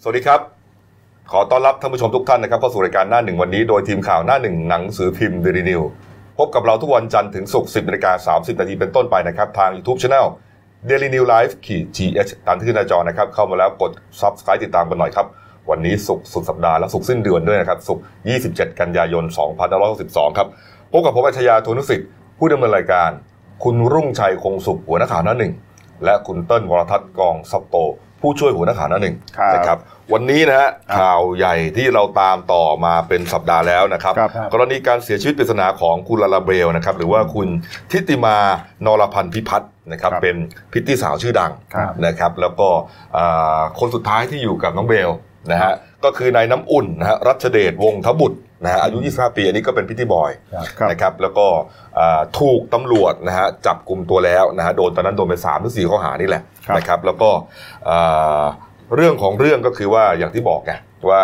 สวัสดีครับ ขอต้อนรับท่านผู้ชมทุกท่านนะครับเข้าสู่รายการหน้าหนึ่งวันนี้โดยทีมข่าวหน้าหนึ่งหนังสือพิมพ์เดลินิวพบกับเราทุกวันจันทร์ถึงศุกร์10นาฬิกา30นาทีเป็นต้นไปนะครับ ทาง YouTube Channel Daily New Life ขีด GH ตามที่ขึ้นหน้าจอนะครับ เข้ามาแล้วกด Subscribe ติดตามกันหน่อยครับ วันนี้ศุกร์สุดสัปดาห์และศุกร์สิ้นเดือนด้วยนะครับศุกร์27 กันยายน2562ครับพบกับผมอัชยาโทนุสิทธิ์ผู้ดำเนินรายการ คุณรุ่งชัยคงสุขหัวหน้าข่าวหน้าหนึ่งและคุณเติ้ลวรทัศน์กองซับโต ผู้ช่วยหัวหน้าข่าวหน้าหนึ่ง ครับ นะครับ วันนี้นะฮะข่าวใหญ่ที่เราตามต่อมาเป็นสัปดาห์แล้วนะครับ ครับ กรณีการเสียชีวิตปริศนาของคุณลาลาเบลนะครับหรือว่าคุณทิติมานรพันธ์พิพัฒน์นะครับ ครับ เป็นพิตตี้สาวชื่อดัง ครับ นะครับ แล้วก็อ่าคนสุดท้ายที่อยู่กับน้องเบลนะฮะก็คือนายน้ำอุ่นนะฮะรัชเดชวงศ์ทบุตรนะฮะอายุ 25 ปี อันนี้ก็เป็นพิตตี้บอย ครับ นะครับแล้วก็อ่าถูกตำรวจนะฮะจับกลุ่มตัวแล้วนะฮะโดนตอนนั้นโดนไป3หรือ4ข้อหานี่แหละ ครับ นะครับแล้วก็อ่า เรื่องของเรื่องก็คือว่าอย่างที่บอกไงว่า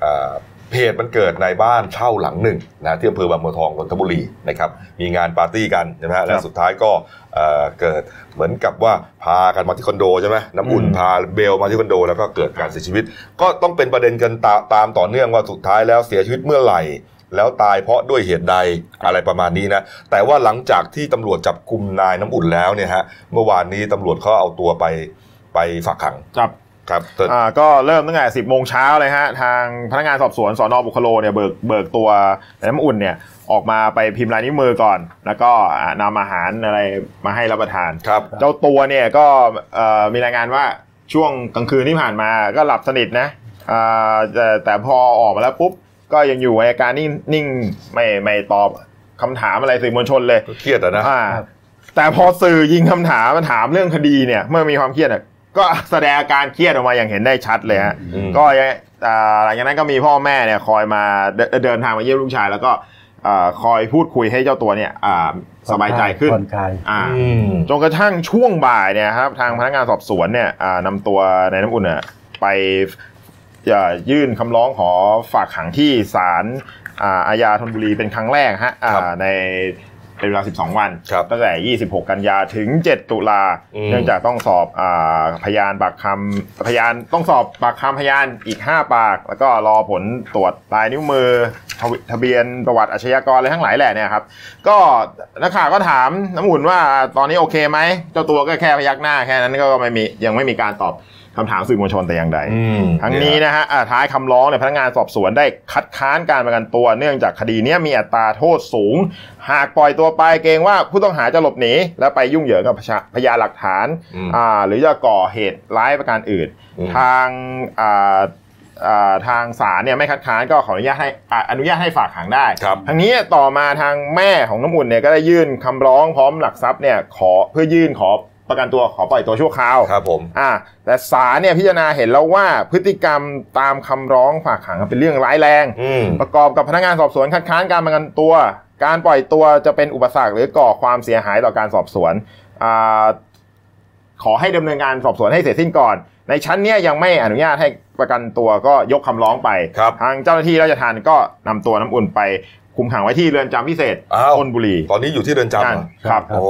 เอ่อเหตุมันเกิดในบ้านเช่าหลังหนึ่งนะที่อำเภอบางบัวทองนนทบุรีนะครับมีงานปาร์ตี้กันใช่ไหมฮะและสุดท้ายก็เอ่อเกิดเหมือนกับว่าพากันมาที่คอนโดใช่ไหมน้ำอุ่น อืม พาเบลมาที่คอนโดแล้วก็เกิดการเสียชีวิต ก็ต้องเป็นประเด็นกันตาตามต่อเนื่องว่าสุดท้ายแล้วเสียชีวิตเมื่อไหร่ แล้วตายเพราะด้วยเหตุใดอะไรประมาณนี้นะ แต่ว่าหลังจากที่ตำรวจจับกลุ่มนายน้ำอุ่นแล้วเนี่ยฮะเมื่อวานนี้ตำรวจเขาเอาตัวไปไปฝากขัง ครับ ครับเติ้ล อ่าก็เริ่มตั้งแต่10โมงเช้าเลยฮะทางพนักงานสอบสวนสอนอบุคโลเนี่ยเบิกเบิกตัวนายน้ำอุ่นเนี่ยออกมาไปพิมพ์ลายนิ้วมือก่อน แล้วก็อ่านำอาหารอะไรมาให้รับประทาน ครับ เจ้าตัวเนี่ยก็เอ่อมีรายงานว่าช่วงกลางคืนที่ผ่านมาก็หลับสนิทนะอ่าแต่แต่พอออกมาแล้วปุ๊บ ก็ยังอยู่ในอาการนิ่งนิ่งไม่ไม่ตอบคำถามอะไรสื่อมวลชนเลย ก็เครียดอะนะ อ่าแต่พอสื่อยิงคำถามมาถามเรื่องคดีเนี่ย เมื่อมีความเครียดอะก็แสดงอาการเครียดออกมาอย่างเห็นได้ชัดเลยฮะ อืม ก็ยังอ่าหลังจากนั้นก็มีพ่อแม่เนี่ยคอยมาเดินเดินทางมาเยี่ยมลูกชาย แล้วก็อ่าคอยพูดคุยให้เจ้าตัวเนี่ยอ่าสบายใจขึ้น ผ่อนคลาย อ่า อืม จนกระทั่งช่วงบ่ายเนี่ยครับทางพนักงานสอบสวนเนี่ยอ่านำตัวนายน้ำอุ่นน่ะไปอ่ายื่นคำร้องขอฝากขังที่ศาลอ่าอาญาธนบุรีเป็นครั้งแรกฮะอ่า ครับ ในเป็นเวลา 12 วัน ครับ ตั้งแต่ 26 กันยาถึง 7 ตุลา อืม เนื่องจากต้องสอบอาพยานปากคำพยานต้องสอบปากคำพยานอีก 5 ปาก แล้วก็รอผลตรวจลายนิ้วมือทวิทะเบียนประวัติอาชญากรอะไรทั้งหลายแหละเนี่ยครับ ก็นักข่าวก็ถามน้ำอุ่นว่าตอนนี้โอเคไหมเจ้าตัวก็แค่พยักหน้าแค่นั้นก็ไม่มียังไม่มีการตอบคำถามสื่อมวลชนแต่อย่างใด อืม ทั้งนี้นะฮะอ่าท้ายคำร้องเนี่ยพนักงานสอบสวนได้คัดค้านการประกันตัว เนื่องจากคดีเนี้ยมีอัตราโทษสูง หากปล่อยตัวไปเกรงว่าผู้ต้องหาจะหลบหนี และไปยุ่งเหยิงกับพยาพยานหลักฐาน อืม อ่าหรือจะก่อเหตุร้ายประการอื่น อืม ทางอ่าอ่าทางศาลเนี่ยไม่คัดค้านก็ขออนุญาตให้อ่าอนุญาตให้ฝากขังได้ ครับ ทางนี้ต่อมาทางแม่ของน้ำอุ่นเนี่ยก็ได้ยื่นคำร้องพร้อมหลักทรัพย์เนี่ยขอเพื่อยื่นขอประกันตัวขอปล่อยตัวชั่วคราว ครับผม อ่าแต่ศาลเนี่ยพิจารณาเห็นแล้วว่าพฤติกรรมตามคำร้องฝากขังเป็นเรื่องร้ายแรง อืม ประกอบกับพนักงานสอบสวนคัดค้านการประกันตัว การปล่อยตัวจะเป็นอุปสรรคหรือก่อความเสียหายต่อการสอบสวนอาขอให้ดำเนินการสอบสวนให้เสร็จสิ้นก่อน ในชั้นเนี้ยยังไม่อนุญาตให้ประกันตัวก็ยกคำร้องไป ครับ ทางเจ้าหน้าที่ราชทานก็นำตัวน้ำอุ่นไปคุมขังไว้ที่เรือนจำพิเศษ อ้าว ธนบุรี ตอนนี้อยู่ที่เรือนจำเหรอ ครับ ครับ โอ้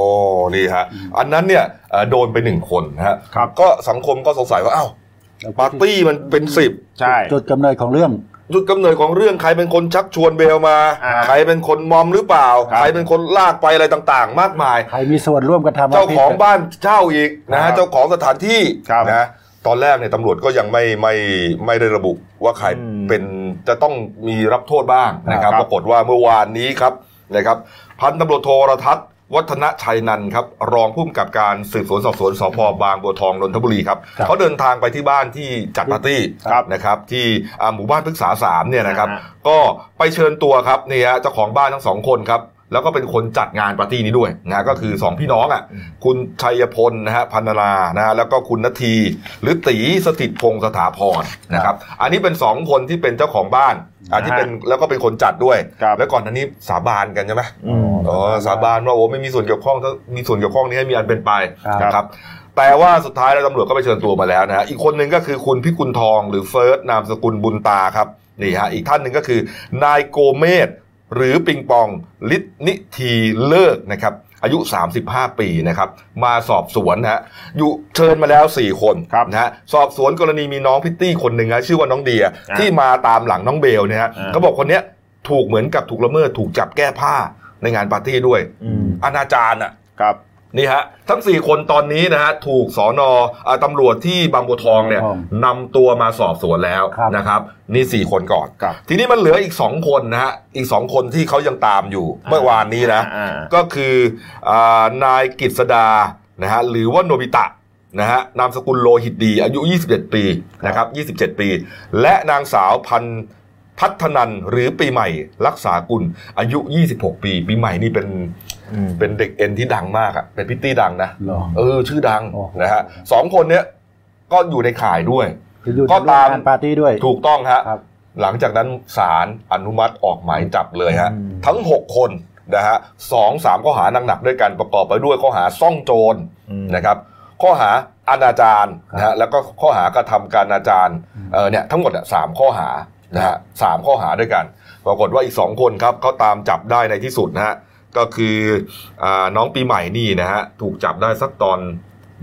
นี่ฮะ อันนั้นเนี่ยเอ่อโดนไปหนึ่งคนนะฮะ ครับ ก็สังคมก็สงสัยว่า อ้าวปาร์ตี้มันเป็นสิบ ใช่ จุดกำเนิดของเรื่อง จุดกำเนิดของเรื่องใครเป็นคนชักชวนเบลมา อ่า ใครเป็นคนมอมหรือเปล่า ครับ ใครเป็นคนลากไปอะไรต่างๆ มากมาย ใครมีส่วนร่วมกันทำ เจ้าของ ผิด บ้านเช่าอีกนะ ครั ฮะ บ เจ้าของสถานที่ ครับ นะตอนแรกเนี่ยตำรวจก็ยังไม่ไม่ไม่ได้ระบุว่าใคร อืม เป็นจะต้องมีรับโทษบ้างนะครับ ครับ ปรากฏว่าเมื่อวานนี้ครับนะครับพันตำรวจโทรทัศน์วัฒนชัยนันท์ครับรองผู้กำกับการสืบสวนสอบสวนสพบางบัวทองนนทบุรีครับ ครับ เขาเดินทางไปที่บ้านที่จัดปาร์ตี้ ครับ นะครับที่อ่าหมู่บ้านพฤกษาสามเนี่ยนะครับ อ่าฮะ ก็ไปเชิญตัวครับนี่ฮะเจ้าของบ้านทั้งสองคนครับ แล้วก็เป็นคนจัดงานปาร์ตี้นี้ด้วยนะฮะก็คือสองพี่น้องอ่ะ คุณชัยพลนะฮะพันนารานะฮะแล้วก็คุณนาที หรือตีสถิตพงษ์สถาพรนะครับ อันนี้เป็นสองคนที่เป็นเจ้าของบ้านอันที่เป็นแล้วก็เป็นคนจัดด้วย ครับ แล้วก่อนอันนี้สาบานกันใช่ไหม อืม อ๋อสาบานว่าโอ้ไม่มีส่วนเกี่ยวข้องถ้ามีส่วนเกี่ยวข้องนี้ให้มีอันเป็นไป ครับ นะครับ แต่ว่าสุดท้ายแล้วตำรวจก็ไปเชิญตัวมาแล้วนะฮะอีกคนหนึ่งก็คือคุณพิกุลทองหรือเฟิร์สนามสกุลบุญตาครับนี่ฮะอีกท่านหนึ่งก็คือนายโกเมศหรือปิงปองลิทนิทีเลิกนะครับ อายุ 35 ปีนะครับมาสอบสวนนะฮะอยู่เชิญมาแล้ว 4 คน ครับ นะฮะสอบสวนกรณีมีน้องพิตตี้คนหนึ่งนะชื่อว่าน้องเดีย อ่า ที่มาตามหลังน้องเบลเนี่ยฮะ อ่า เขาบอกคนเนี้ยถูกเหมือนกับถูกละเมิดถูกจับแก้ผ้าในงานปาร์ตี้ด้วย อืม อนาจารอ่ะ ครับ นี่ฮะทั้ง 4 คนตอนนี้นะฮะถูกสอนอตำรวจที่บางบัวทองเนี่ย บางบัวทอง นำตัวมาสอบสวนแล้ว ครับ นะครับ นี่ 4 คนก่อน ครับ ทีนี้มันเหลืออีก 2 คนนะฮะอีก 2 คนที่เขายังตามอยู่เมื่อวานนี้นะ อ่า ก็คืออานายกฤษดานะฮะหรือว่าโนบิตะนะฮะนามสกุลโลหิตดี อายุ 27 ปีนะครับ 27 ปี และนางสาวพันพัฒนันหรือปีใหม่รักษากุลอายุ 26 ปี ปีใหม่นี่เป็น อืม เป็นเด็กเอ็นที่ดังมากอะเป็นพิตตี้ดังนะ เหรอ เออ ชื่อดัง โอ้โห นะฮะสองคนเนี้ยก็อยู่ในข่ายด้วย จะอยู่ ก็ ในร่วม ตาม งานปาร์ตี้ด้วย ถูกต้องฮะ ครับ หลังจากนั้นศาลอนุมัติออกหมายจับเลยฮะ อืม ทั้ง 6 คนนะฮะสองสามข้อหาหนักๆด้วยกันประกอบไปด้วยข้อหาซ่องโจร อืม นะครับ ข้อหาอนาจารนะฮะแล้วก็ข้อหากระทำการอนาจารเออเนี่ยทั้งหมดอะสามข้อหานะฮะสามข้อหาด้วยกัน ปรากฏว่าอีก 2 คนครับเขาตามจับได้ในที่สุดนะฮะก็คืออาน้องปีใหม่นี่นะฮะถูกจับได้สักตอน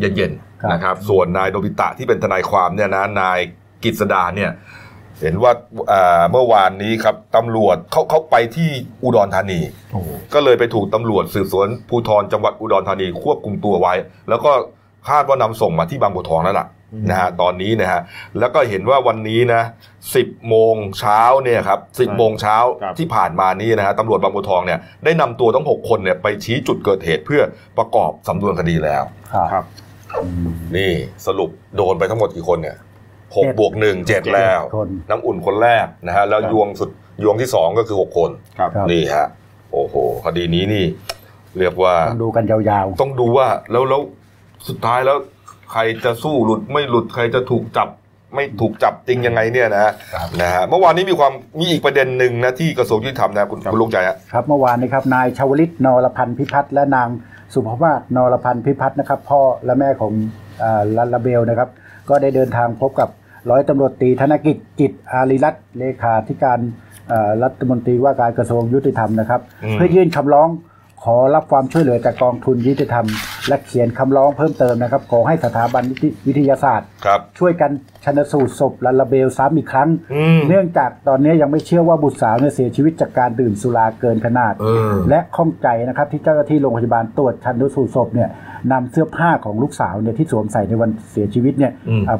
เย็น ครับ ๆนะครับส่วนนายโดบิตะที่เป็นทนายความเนี่ยนะนายกฤษดาเนี่ยเห็นว่าอ่าเมื่อวานนี้ครับตำรวจเขาเขาไปที่อุดรธานี โอ้โห ก็เลยไปถูกตำรวจสืบสวนภูธรจังหวัดอุดรธานีควบคุมตัวไว้ แล้วก็คาดว่านำส่งมาที่บางบัวทองนั่นแหละ อืม นะฮะตอนนี้นะฮะแล้วก็เห็นว่าวันนี้นะ10โมงเช้าเนี่ยครับ10โมงเช้า ครับ ที่ผ่านมานี้นะฮะตำรวจบางบัวทองเนี่ยได้นำตัวทั้ง 6 คนเนี่ยไปชี้จุดเกิดเหตุเพื่อประกอบสำนวนคดีแล้ว ค ครับ รับ อืม นี่สรุปโดนไปทั้งหมดกี่คนเนี่ยหกบวกหนึ่งเจ็ด เจ็ด แล้ว คน น้ำอุ่นคนแรกนะฮะแล้ว ครับ ยวงสุดยวงที่สองก็คือหกคน ครับ ครับ นี่ฮะโอ้โหคดีนี้นี่ เรียกว่า ต้องดูกันยาว ต้องดูว่าแล้วแล้วสุดท้ายแล้ว ใครจะสู้หลุดไม่หลุดใครจะถูกจับ ไม่ถูกจับจริงยังไงเนี่ยนะฮะนะฮะเมื่อวานนี้มีความมีอีกประเด็นหนึ่งนะที่กระทรวงยุติธรรมนะคุณ ครับ คุณลุงใจฮะ ๆ ครับเมื่อวานนี้ครับนายชาวลิตนรพันธ์พิพัฒน์และนางสุภาวาสนรพันธ์พิพัฒน์นะครับ พ่อและแม่ของเอ่อลัลลาเบลนะครับ ก็ได้เดินทางพบกับร้อยตำรวจตรีธนกิจจิตอารีรัตน์เลขาธิการเอ่อรัฐมนตรีว่าการกระทรวงยุติธรรมนะครับ เพื่อยื่นคำร้องขอรับความช่วยเหลือจากกองทุนยุติธรรม และเขียนคำร้องเพิ่มเติมนะครับขอให้สถาบันนิติวิทยาศาสตร์ ครับ ช่วยกันชนสูตรศพลาลาเบลซ้ำอีกครั้ง อืม เนื่องจากตอนนี้ยังไม่เชื่อว่าบุตรสาวเนี่ยเสียชีวิตจากการดื่มสุราเกินขนาด เออ และข้องใจนะครับที่เจ้าหน้าที่โรงพยาบาลตรวจชันสูตรศพเนี่ยนำเสื้อผ้าของลูกสาวเนี่ยที่สวมใส่ในวันเสียชีวิตเนี่ย อืม อ่ะ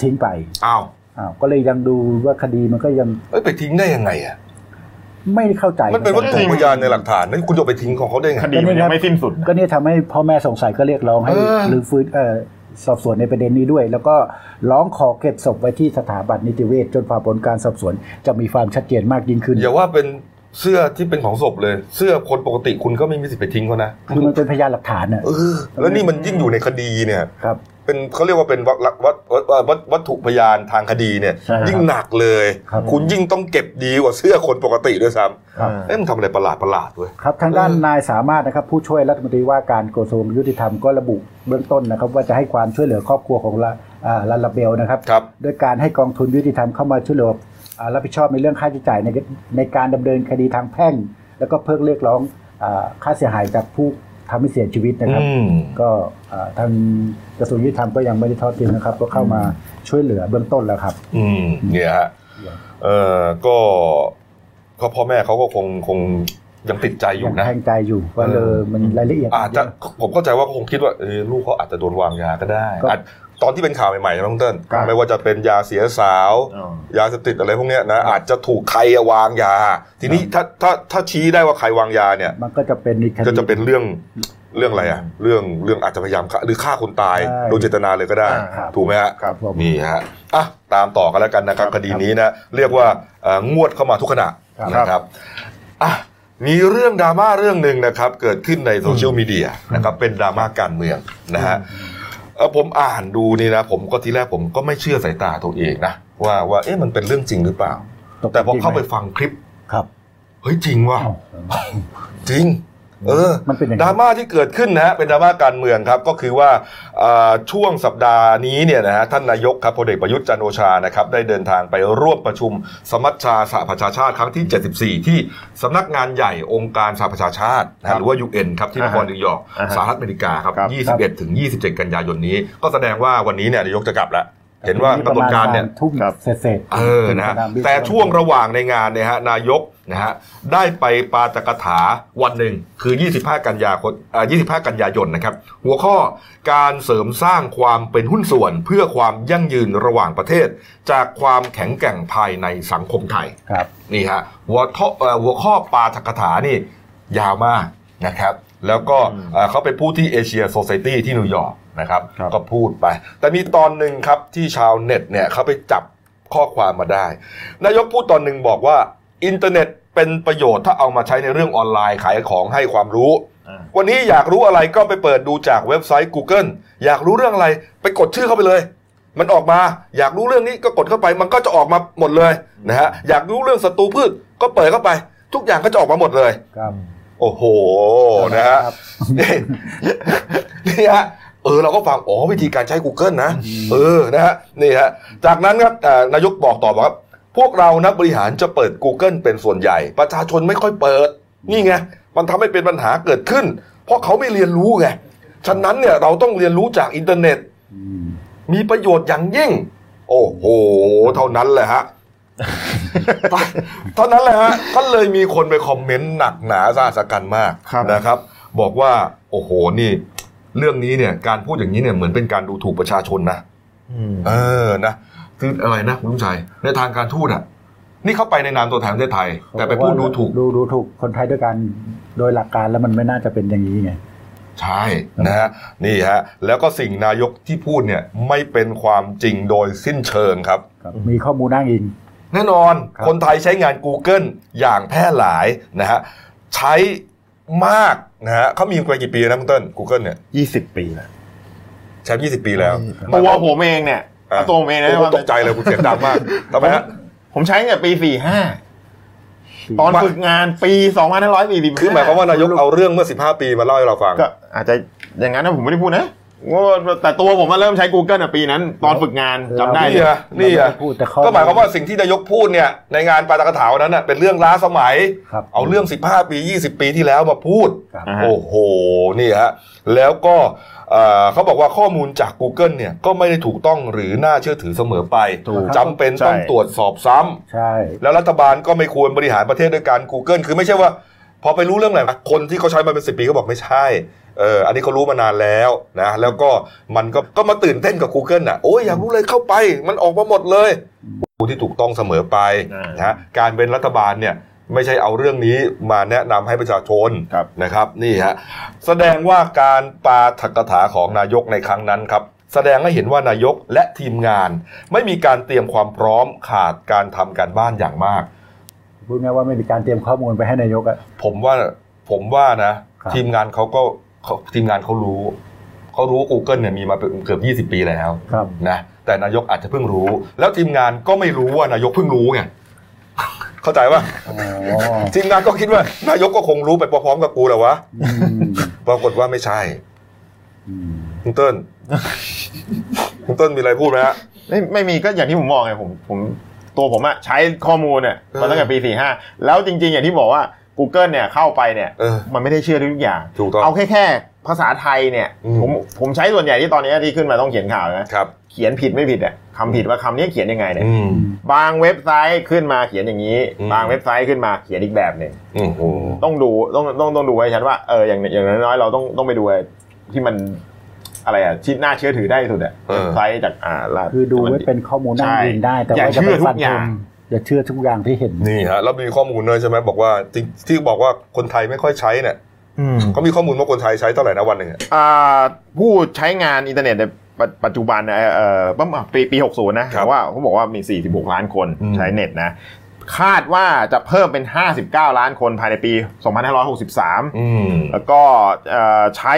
ทิ้งไป อ้าว อ้าวก็เลยยังดูว่าคดีมันก็ยัง เอ้ยไปทิ้งได้ยังไงอ่ะ ไม่เข้าใจ มันเป็นวัตถุพยานในหลักฐานนั่นคุณจะไปทิ้งของเขาได้ไง คดีมันยังไม่สิ้นสุดนะ ก็เนี่ยทำให้พ่อแม่สงสัยก็เรียกร้องให้ เออ หรือฟื้นเอ่อสอบสวนในประเด็นนี้ด้วย แล้วก็ร้องขอเก็บศพไว้ที่สถาบันนิติเวชจนฝ่าผลการสอบสวนจะมีความชัดเจนมากยิ่งขึ้น อย่าว่าเป็นเสื้อที่เป็นของศพเลย เสื้อคนปกติคุณก็ไม่มีสิทธิ์ไปทิ้งเขานะ คือมันเป็นพยานหลักฐานนะ เออแล้วนี่มันยิ่งอยู่ในคดีเนี่ย ครับ เป็นเขาเรียกว่าเป็นวัตวัตวัตวัตวัตถุพยานทางคดีเนี่ย ใช่ครับ ยิ่งหนักเลย ครับ คุณยิ่งต้องเก็บดีกว่าเสื้อคนปกติด้วยซ้ ครับ ำเอ๊ะมันทำอะไรประหลาดประหลาดๆเว้ย ครับทางด้าน เออ นายสามารถนะครับผู้ช่วยรัฐมนตรีว่าการกระทรวงยุติธรรมก็ระบุเบื้องต้นนะครับ ว่าจะให้ความช่วยเหลือครอบครัวของลาอ่าลาลาเบลนะครับ ครับ ด้วยการให้กองทุนยุติธรรมเข้ามาช่วยเหลืออ่ารับผิดชอบในเรื่องค่าใช้จ่ายในในการดำเนินคดีทางแพ่ง แล้วก็เพิกเรียกร้องอาค่าเสียหายจากผู้ทำให้เสียชีวิตนะครับ อืม ก็อ่าทางกระทรวงยุติธรรมก็ยังไม่ได้ทอดทิ้งนะครับ ก็เข้ามาช่วยเหลือเบื้องต้นแล้วครับ อืมเนี่ยฮะเออก็ก็พ่อแม่เขาก็คงคงยังติดใจอยู่ ยัง นะ แทงใจอยู่ว่าเล เออ ยมันรายละเอียด อาจจะ เยอ ผมเข้าใจว่าเขาคงคิดว่าเออลูกเขาอาจจะโดนวางยาก็ได้ ก็ อาจตอนที่เป็นข่าวใหม่ๆนะน้องเติ้ล ครับ ไม่ว่าจะเป็นยาเสียสาว อ๋อ ยาเสพติดอะไรพวกเนี้ยนะอาจจะถูกใครวางยา ทีนี้ถ้าถ้าถ้าชี้ได้ว่าใครวางยาเนี่ย ะมันก็จะเป็นอีกคดี ก็จะเป็นเรื่องเรื่องอะไรอ่ะ เรื่องเรื่องอาจจะพยายามฆ่าหรือฆ่าคนตาย ใช่ โดยเจตนาเลยก็ได้ อ่าครับ ถูกไหมฮะ ครับ ผม นี่ฮะอ่ะตามต่อกันแล้วกันนะครับ คดีนี้นะ เรียกว่าเอ่องวดเข้ามาทุกขณะ ครับ นะครับอ่ะมีเรื่องดราม่าเรื่องหนึ่งนะครับ เกิดขึ้นในโซเชียลมีเดียนะครับเป็นดราม่าการเมืองนะฮะเอ่อผมอ่านดูนี่นะผมก็ทีแรกผมก็ไม่เชื่อสายตาตัวเองนะว่าว่าเอ๊ะมันเป็นเรื่องจริงหรือเปล่า ตก แต่พอเข้าไป จริงหม ฟังคลิป ครับ เฮ้ยจริงว่ะ อ้าว จริง เออ มันเป็นอย่าง ด นั้ ราน ม่าที่เกิดขึ้นนะฮะเป็นดราม่าการเมืองครับ ก็คือว่าอ่าช่วงสัปดาห์นี้เนี่ยนะฮะท่านนายกครับพลเอกประยุทธ์จันทร์โอชานะครับได้เดินทางไปร่วมประชุมสมัชชาสหประชาชาติครั้งที่ 74 ที่สำนักงานใหญ่องค์การสหประชาชาตินะ ครั ฮะ บ หรือว่า UN ครับที่นคร อ่าฮะ นิวยอร์ก อ่าฮะ สหรัฐอเมริกาครั ครับ บ 21 ถึง 27 กันยายนนี้ ก็แสดงว่าวันนี้เนี่ยนายกจะกลับแล้ว เห็นว่ากำหนดการเนี่ย ทุ่ม ครับ เสร็จๆ เออนะฮะ สามบิล แต่ช่วงระหว่างในงานเนี่ยฮะนายกนะฮะได้ไปปาตกถาวันหนึ่งคือ 25 กันยาคมเอ่อ25 กันยายนนะครับ หัวข้อการเสริมสร้างความเป็นหุ้นส่วน เพื่อความยั่งยืนระหว่างประเทศ จากความแข็งแกร่งภายในสังคมไทย ครับ นี่ฮะหัวข้อเอ่อหัวข้อปาฐกถานี่ยาวมากนะครับ แล้วก็เอ่อเขาเป็นผู้ที่เอเชียโซซ t y ที่นิวยอร์กนะครับ ครับ ก็พูดไป แต่มีตอนหนึ่งครับที่ชาวเน็ตเนี่ยเขาไปจับข้อความมาได้ นายกพูดตอนหนึ่งบอกว่า อินเทอร์เน็ตเป็นประโยชน์ถ้าเอามาใช้ในเรื่องออนไลน์ขายของให้ความรู้ อ่า วันนี้อยากรู้อะไรก็ไปเปิดดูจากเว็บไซต์ Google อยากรู้เรื่องอะไรไปกดชื่อเข้าไปเลย มันออกมาอยากรู้เรื่องนี้ก็กดเข้าไป มันก็จะออกมาหมดเลยนะฮะอยากรู้เรื่องศัตรูพืชก็เปิดเข้าไป ทุกอย่างก็จะออกมาหมดเลย ครับ โอ้โหนะฮะ ครับ นี่ นี่ฮะเออเราก็ฟังอ๋อวิธีการใช้ Google นะ เออนะฮะนี่ฮะจากนั้นครับเอ่อนายกบอกต่อบอกครับ พวกเรานักบริหารจะเปิด Google เป็นส่วนใหญ่ ประชาชนไม่ค่อยเปิด นี่ไง มันทำให้เป็นปัญหาเกิดขึ้น เพราะเขาไม่เรียนรู้ไง ฉะนั้นเนี่ยเราต้องเรียนรู้จากอินเทอร์เน็ต อืม มีประโยชน์อย่างยิ่ง โอ้โห เท่านั้นแหละฮ ะ เท่านั้นแหละฮะ ก็เลยมีคนไปคอมเมนต์หนักหนาสาหัสกันมาก ครับ นะครับ บอกว่า โอ้โห นี่ เรื่องนี้เนี่ย การพูดอย่างนี้เนี่ยเหมือนเป็นการดูถูกประชาชนนะ อืม เออ นะคืออะไรนะคุณลุงชัย ในทางการทูตอ่ะ นี่เข้าไปในนามตัวแทนประเทศไทย แต่ไปพูดดูถูก ดูดูถูกคนไทยด้วยกันโดยหลักการแล้วมันไม่น่าจะเป็นอย่างนี้ไง ใช่นะฮะนี่ฮะ แล้วก็สิ่งนายกที่พูดเนี่ยไม่เป็นความจริงโดยสิ้นเชิงครับ มีข้อมูลอ้างอิง แน่นอน ครับ คนไทยใช้งาน Google อย่างแพร่หลายนะฮะใช้มากนะฮะเขามีไปกี่ปีแล้วนะคุณเต้น Google เนี่ย ยี่สิบปีแล้ว ใช้มา20 ปีแล้ว ตัวผมเองเนี่ย อ่ะ ตัวผมเองนะ โโหตกใจเลยคุณเสียงดังมากทำไมฮะ ผมใช้เนี่ยปีสี่ห้าตอน มา ฝึกงานปีสองพันห้าร้อยสี่สิบ คือหมายความว่านายกเอาเรื่องเมื่อ 15 ปีมาเล่าให้เราฟัง ก็อาจจะอย่างนั้นนะผมไม่ได้พูดนะว่าแต่ตัวผมมาเริ่มใช้ Google อ่ะปีนั้น ตอนฝึกงานจำได้ นี่ เลย อะนี่อะ เราไม่ได้พูดแต่ข้อ ก็หมายความว่าสิ่งที่นายกพูดเนี่ยในงานปาตกถาวันนั้นน่ะเป็นเรื่องล้าสมัย ครับ เอาเรื่อง 15 ปี 20 ปีที่แล้วมาพูด ครับ โอ้โห นี่ฮะ แล้วก็เอ่อเขาบอกว่าข้อมูลจาก Google เนี่ยก็ไม่ได้ถูกต้องหรือน่าเชื่อถือเสมอไป ถูก จำเป็น ใช่ ต้องตรวจสอบซ้ ใช่ ำแล้วรัฐบาลก็ไม่ควรบริหารประเทศด้วยการ Google คือไม่ใช่ว่า พอไปรู้เรื่องไหนคนที่เขาใช้มาเป็นสิปีก็บอกไม่ใช่เอออันนี้เขารู้มานานแล้วนะแล้วก็มันก็ก็มาตื่นเต้นกับ Google อ่ะโอ้ยอยากรู้เลยเข้าไป มันออกมาหมดเลยผู้ที่ถูกต้องเสมอไป อ่าน นะฮะการเป็นรัฐบาลเนี่ยไม่ใช่เอาเรื่องนี้มาแนะนำให้ประชาชน ครับ นะครับนี่ฮะแสดงว่าการปาฐกถาของนายกในครั้งนั้นครับ แสดงให้เห็นว่านายกและทีมงาน ไม่มีการเตรียมความพร้อมขาดการทำการบ้านอย่างมาก พูดง่ายว่าไม่มีการเตรียมข้อมูลไปให้นายกอะ ผมว่าผมว่านะ ครับ ทีมงานเขาก็เขาทีมงานเขารู้เขารู้ว่า Google เนี่ยมีมาเป็นเกือบ 20 ปีแล้ว ครับ นะแต่นายกอาจจะเพิ่งรู้ แล้วทีมงานก็ไม่รู้ว่านายกเพิ่งรู้ไง เข้าใจว่า อ๋อ ทีมงานก็คิดว่า นายกก็คงรู้ไปพร้อมๆกับกูแหล้ววะ อืม ปรากฏว่าไม่ใช่ อืม คุณเติ้ล คุณเติ้ลมีอะไรพูดไหมฮะ ไม่ไม่มีก็อย่างที่ผมบอกไงผมผมตัวผมอะใช้ข้อมูลเนี่ย เออ มาตั้งแต่ปีสี่ห้าแล้วจริง ๆ อย่างที่บอกว่า Google เนี่ยเข้าไปเนี่ย เออ มันไม่ได้เชื่อทุกอย่าง ถูกต้อง เอาแค่แค่ภาษาไทยเนี่ย อืม ผมผมใช้ส่วนใหญ่ที่ตอนนี้ที่ขึ้นมาต้องเขียนข่าวนะครับ เขียนผิดไม่ผิดอะคำผิดว่าคำนี้เขียนยังไงเนี่ย อืม บางเว็บไซต์ขึ้นมาเขียนอย่างนี้ อืม บางเว็บไซต์ขึ้นมาเขียนอีกแบบหนึ่ง อืมโอ้โห ต้องดูต้องต้องต้องดูให้ชัดว่าเอออย่างอย่างน้อยๆเราต้องต้องไปดูที่มันอะไรอ่ะที่น่าเชื่อถือได้ที่สุดอ่ะ เออ ไซต์จากอ่าร้าน คือดูไว้เป็นข้อมูลอ้างอิงได้ แต่ อย่า ว่าจะไป เชื่อทุ ฟัน กอ ธ ย่าง งอย่าเชื่อทุกอย่างที่เห็น นี่ฮะ แล้วมีข้อมูลด้วยใช่ไหมบอกว่าจริงที่บอกว่าคนไทยไม่ค่อยใช้เนี่ย อืม เขามีข้อมูลว่าคนไทยใช้เท่าไหร่นะวันหนึ่งอะ อ่าผู้ใช้งานอินเทอร์เน็ตในปัจปัจจุบันนะเอ่อประมาณปีปี 60 นะแต่ว่าเขาบอกว่ามี 46 ล้านคนใช้เน็ตนะ คาดว่าจะเพิ่มเป็น 59 ล้านคนภายในปี 2563 อืม แล้วก็เอ่อใช้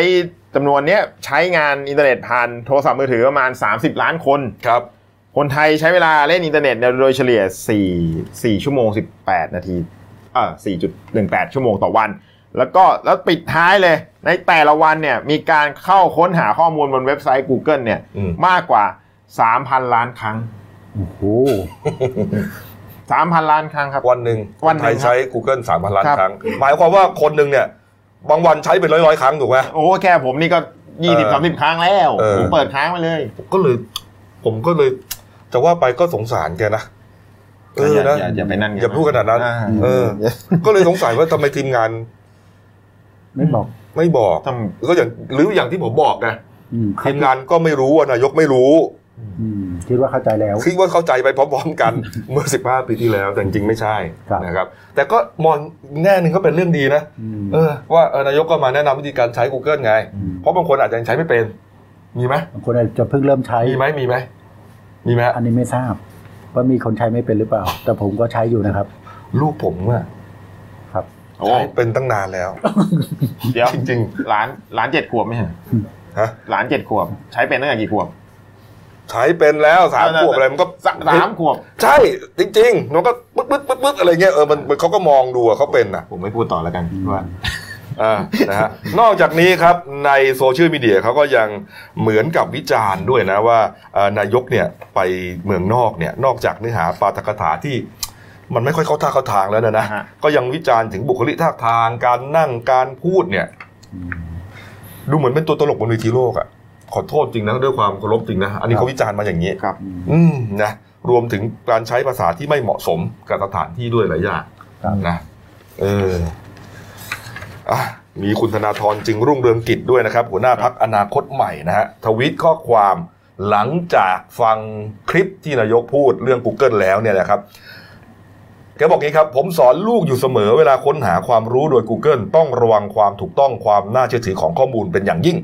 จำนวนเนี้ยใช้งานอินเทอร์เน็ตผ่านโทรศัพท์มือถือประมาณ 30 ล้านคน ครับ คนไทยใช้เวลาเล่นอินเทอร์เน็ตโดยเฉลี่ย 4 4 ชั่วโมง 18 นาทีเออ4.18 ชั่วโมงต่อวัน แล้วก็แล้วปิดท้ายเลย ในแต่ละวันเนี่ยมีการเข้าค้นหาข้อมูลบนเว็บไซต์ Google เนี่ย อืม มากกว่า 3,000 ล้านครั้ง โอ้โห 3,000 ล้านครั้งครับ วันหนึ่ง วันหนึ่ง ไทยใช้ Google 3 0 0 0 ล้าน ครับ ครั้ง หมายความว่าคนหนึ่งเนี่ย บางวันใช้เป็นร้อยร้อยๆครั้งถูกไหม โอ้แค่ผมนี่ก็ 20 30 ครั้งแล้ว เออ ผมเปิดค้างไปเลย ก็เลย ผมก็เลย จะว่าไปก็สงสารแกนะเออนะ ย่าอย่าไปนั่นไง อย่าพูดขนาดนั้น อ่ เออ ก็เลยสงสัยว่าทำไมทีมงาน ไม่บอก ไม่บอก ต้อง ก็อย่างหรืออย่างที่ผมบอกไง อืม ทีมงานก็ไม่รู้ว่านายกไม่รู้ อืมคิดว่าเข้าใจแล้ว คิดว่าเข้าใจไปพร้อมๆกัน เมื่อ 15 ปีที่แล้ว แต่จริงๆไม่ใช่ ครับ นะครับ แต่ก็มองแง่หนึ่งก็เป็นเรื่องดีนะ ม เออว่าเออนายกก็มาแนะนำวิธีการใช้ Google ไง อืม เพราะบางคนอาจจะยังใช้ไม่เป็น มีไหม บางคนอาจจะเพิ่งเริ่มใช้ มีไหมมีไหมมีไหมฮะ อันนี้ไม่ทราบ ว่ามีคนใช้ไม่เป็นหรือเปล่า แต่ผมก็ใช้อยู่นะครับ ลูกผมอะ ครับ โอ้ ใช้เป็นตั้งนานแล้ว เดี๋ยว จริง หลานหลานเจ็ดขวบไหมฮะ ฮะ หลานเจ็ดขวบ ใช้เป็นตั้งแต่กี่ขวบ ใช้เป็นแล้วสาม เออแต่ ขวบอะไรมันก็ สะสามขวบ ใช่จริงๆมันก็ปึ๊บปึ๊บปึ๊บปึ๊บอะไรเงี้ยเออมันมันเขาก็มองดูอะเขาเป็นอะ ผมไม่พูดต่อแล้วกันว่า อ่านะฮะ นอกจากนี้ครับในโซเชียลมีเดียเขาก็ยังเหมือนกับวิจารณ์ด้วยนะว่าเอ่อนายกเนี่ยไปเมืองนอกเนี่ยนอกจากเนื้อหาปาฐกถาที่ มันไม่ค่อยเข้าท่าเข้าทางแล้วนะนะ ฮะ ก็ยังวิจารณ์ถึงบุคลิกท่าทางการนั่งการพูดเนี่ย อืม ดูเหมือนเป็นตัวตลกบนเวทีโลกอะ่ะขอโทษจริงนะด้วยความเคารพจริงนะ อันนี้ ครับ เขาวิจารณ์มาอย่างนี้ ครับ อืมนะรวมถึงการใช้ภาษาที่ไม่เหมาะสมกับสถานที่ด้วยหลายอย่าง ครับ นะเอออ่ะมีคุณธนาธรจึงรุ่งเรืองกิจด้วยนะครับ หัวหน้าพักอนาคตใหม่นะฮะทวิตข้อความหลังจากฟังคลิปที่นายกพูดเรื่อง Google แล้วเนี่ยนะครับ แกบอกงี้ครับ ผมสอนลูกอยู่เสมอเวลาค้นหาความรู้โดย Google ต้องระวังความถูกต้องความน่าเชื่อถือของข้อมูลเป็นอย่างยิ่ง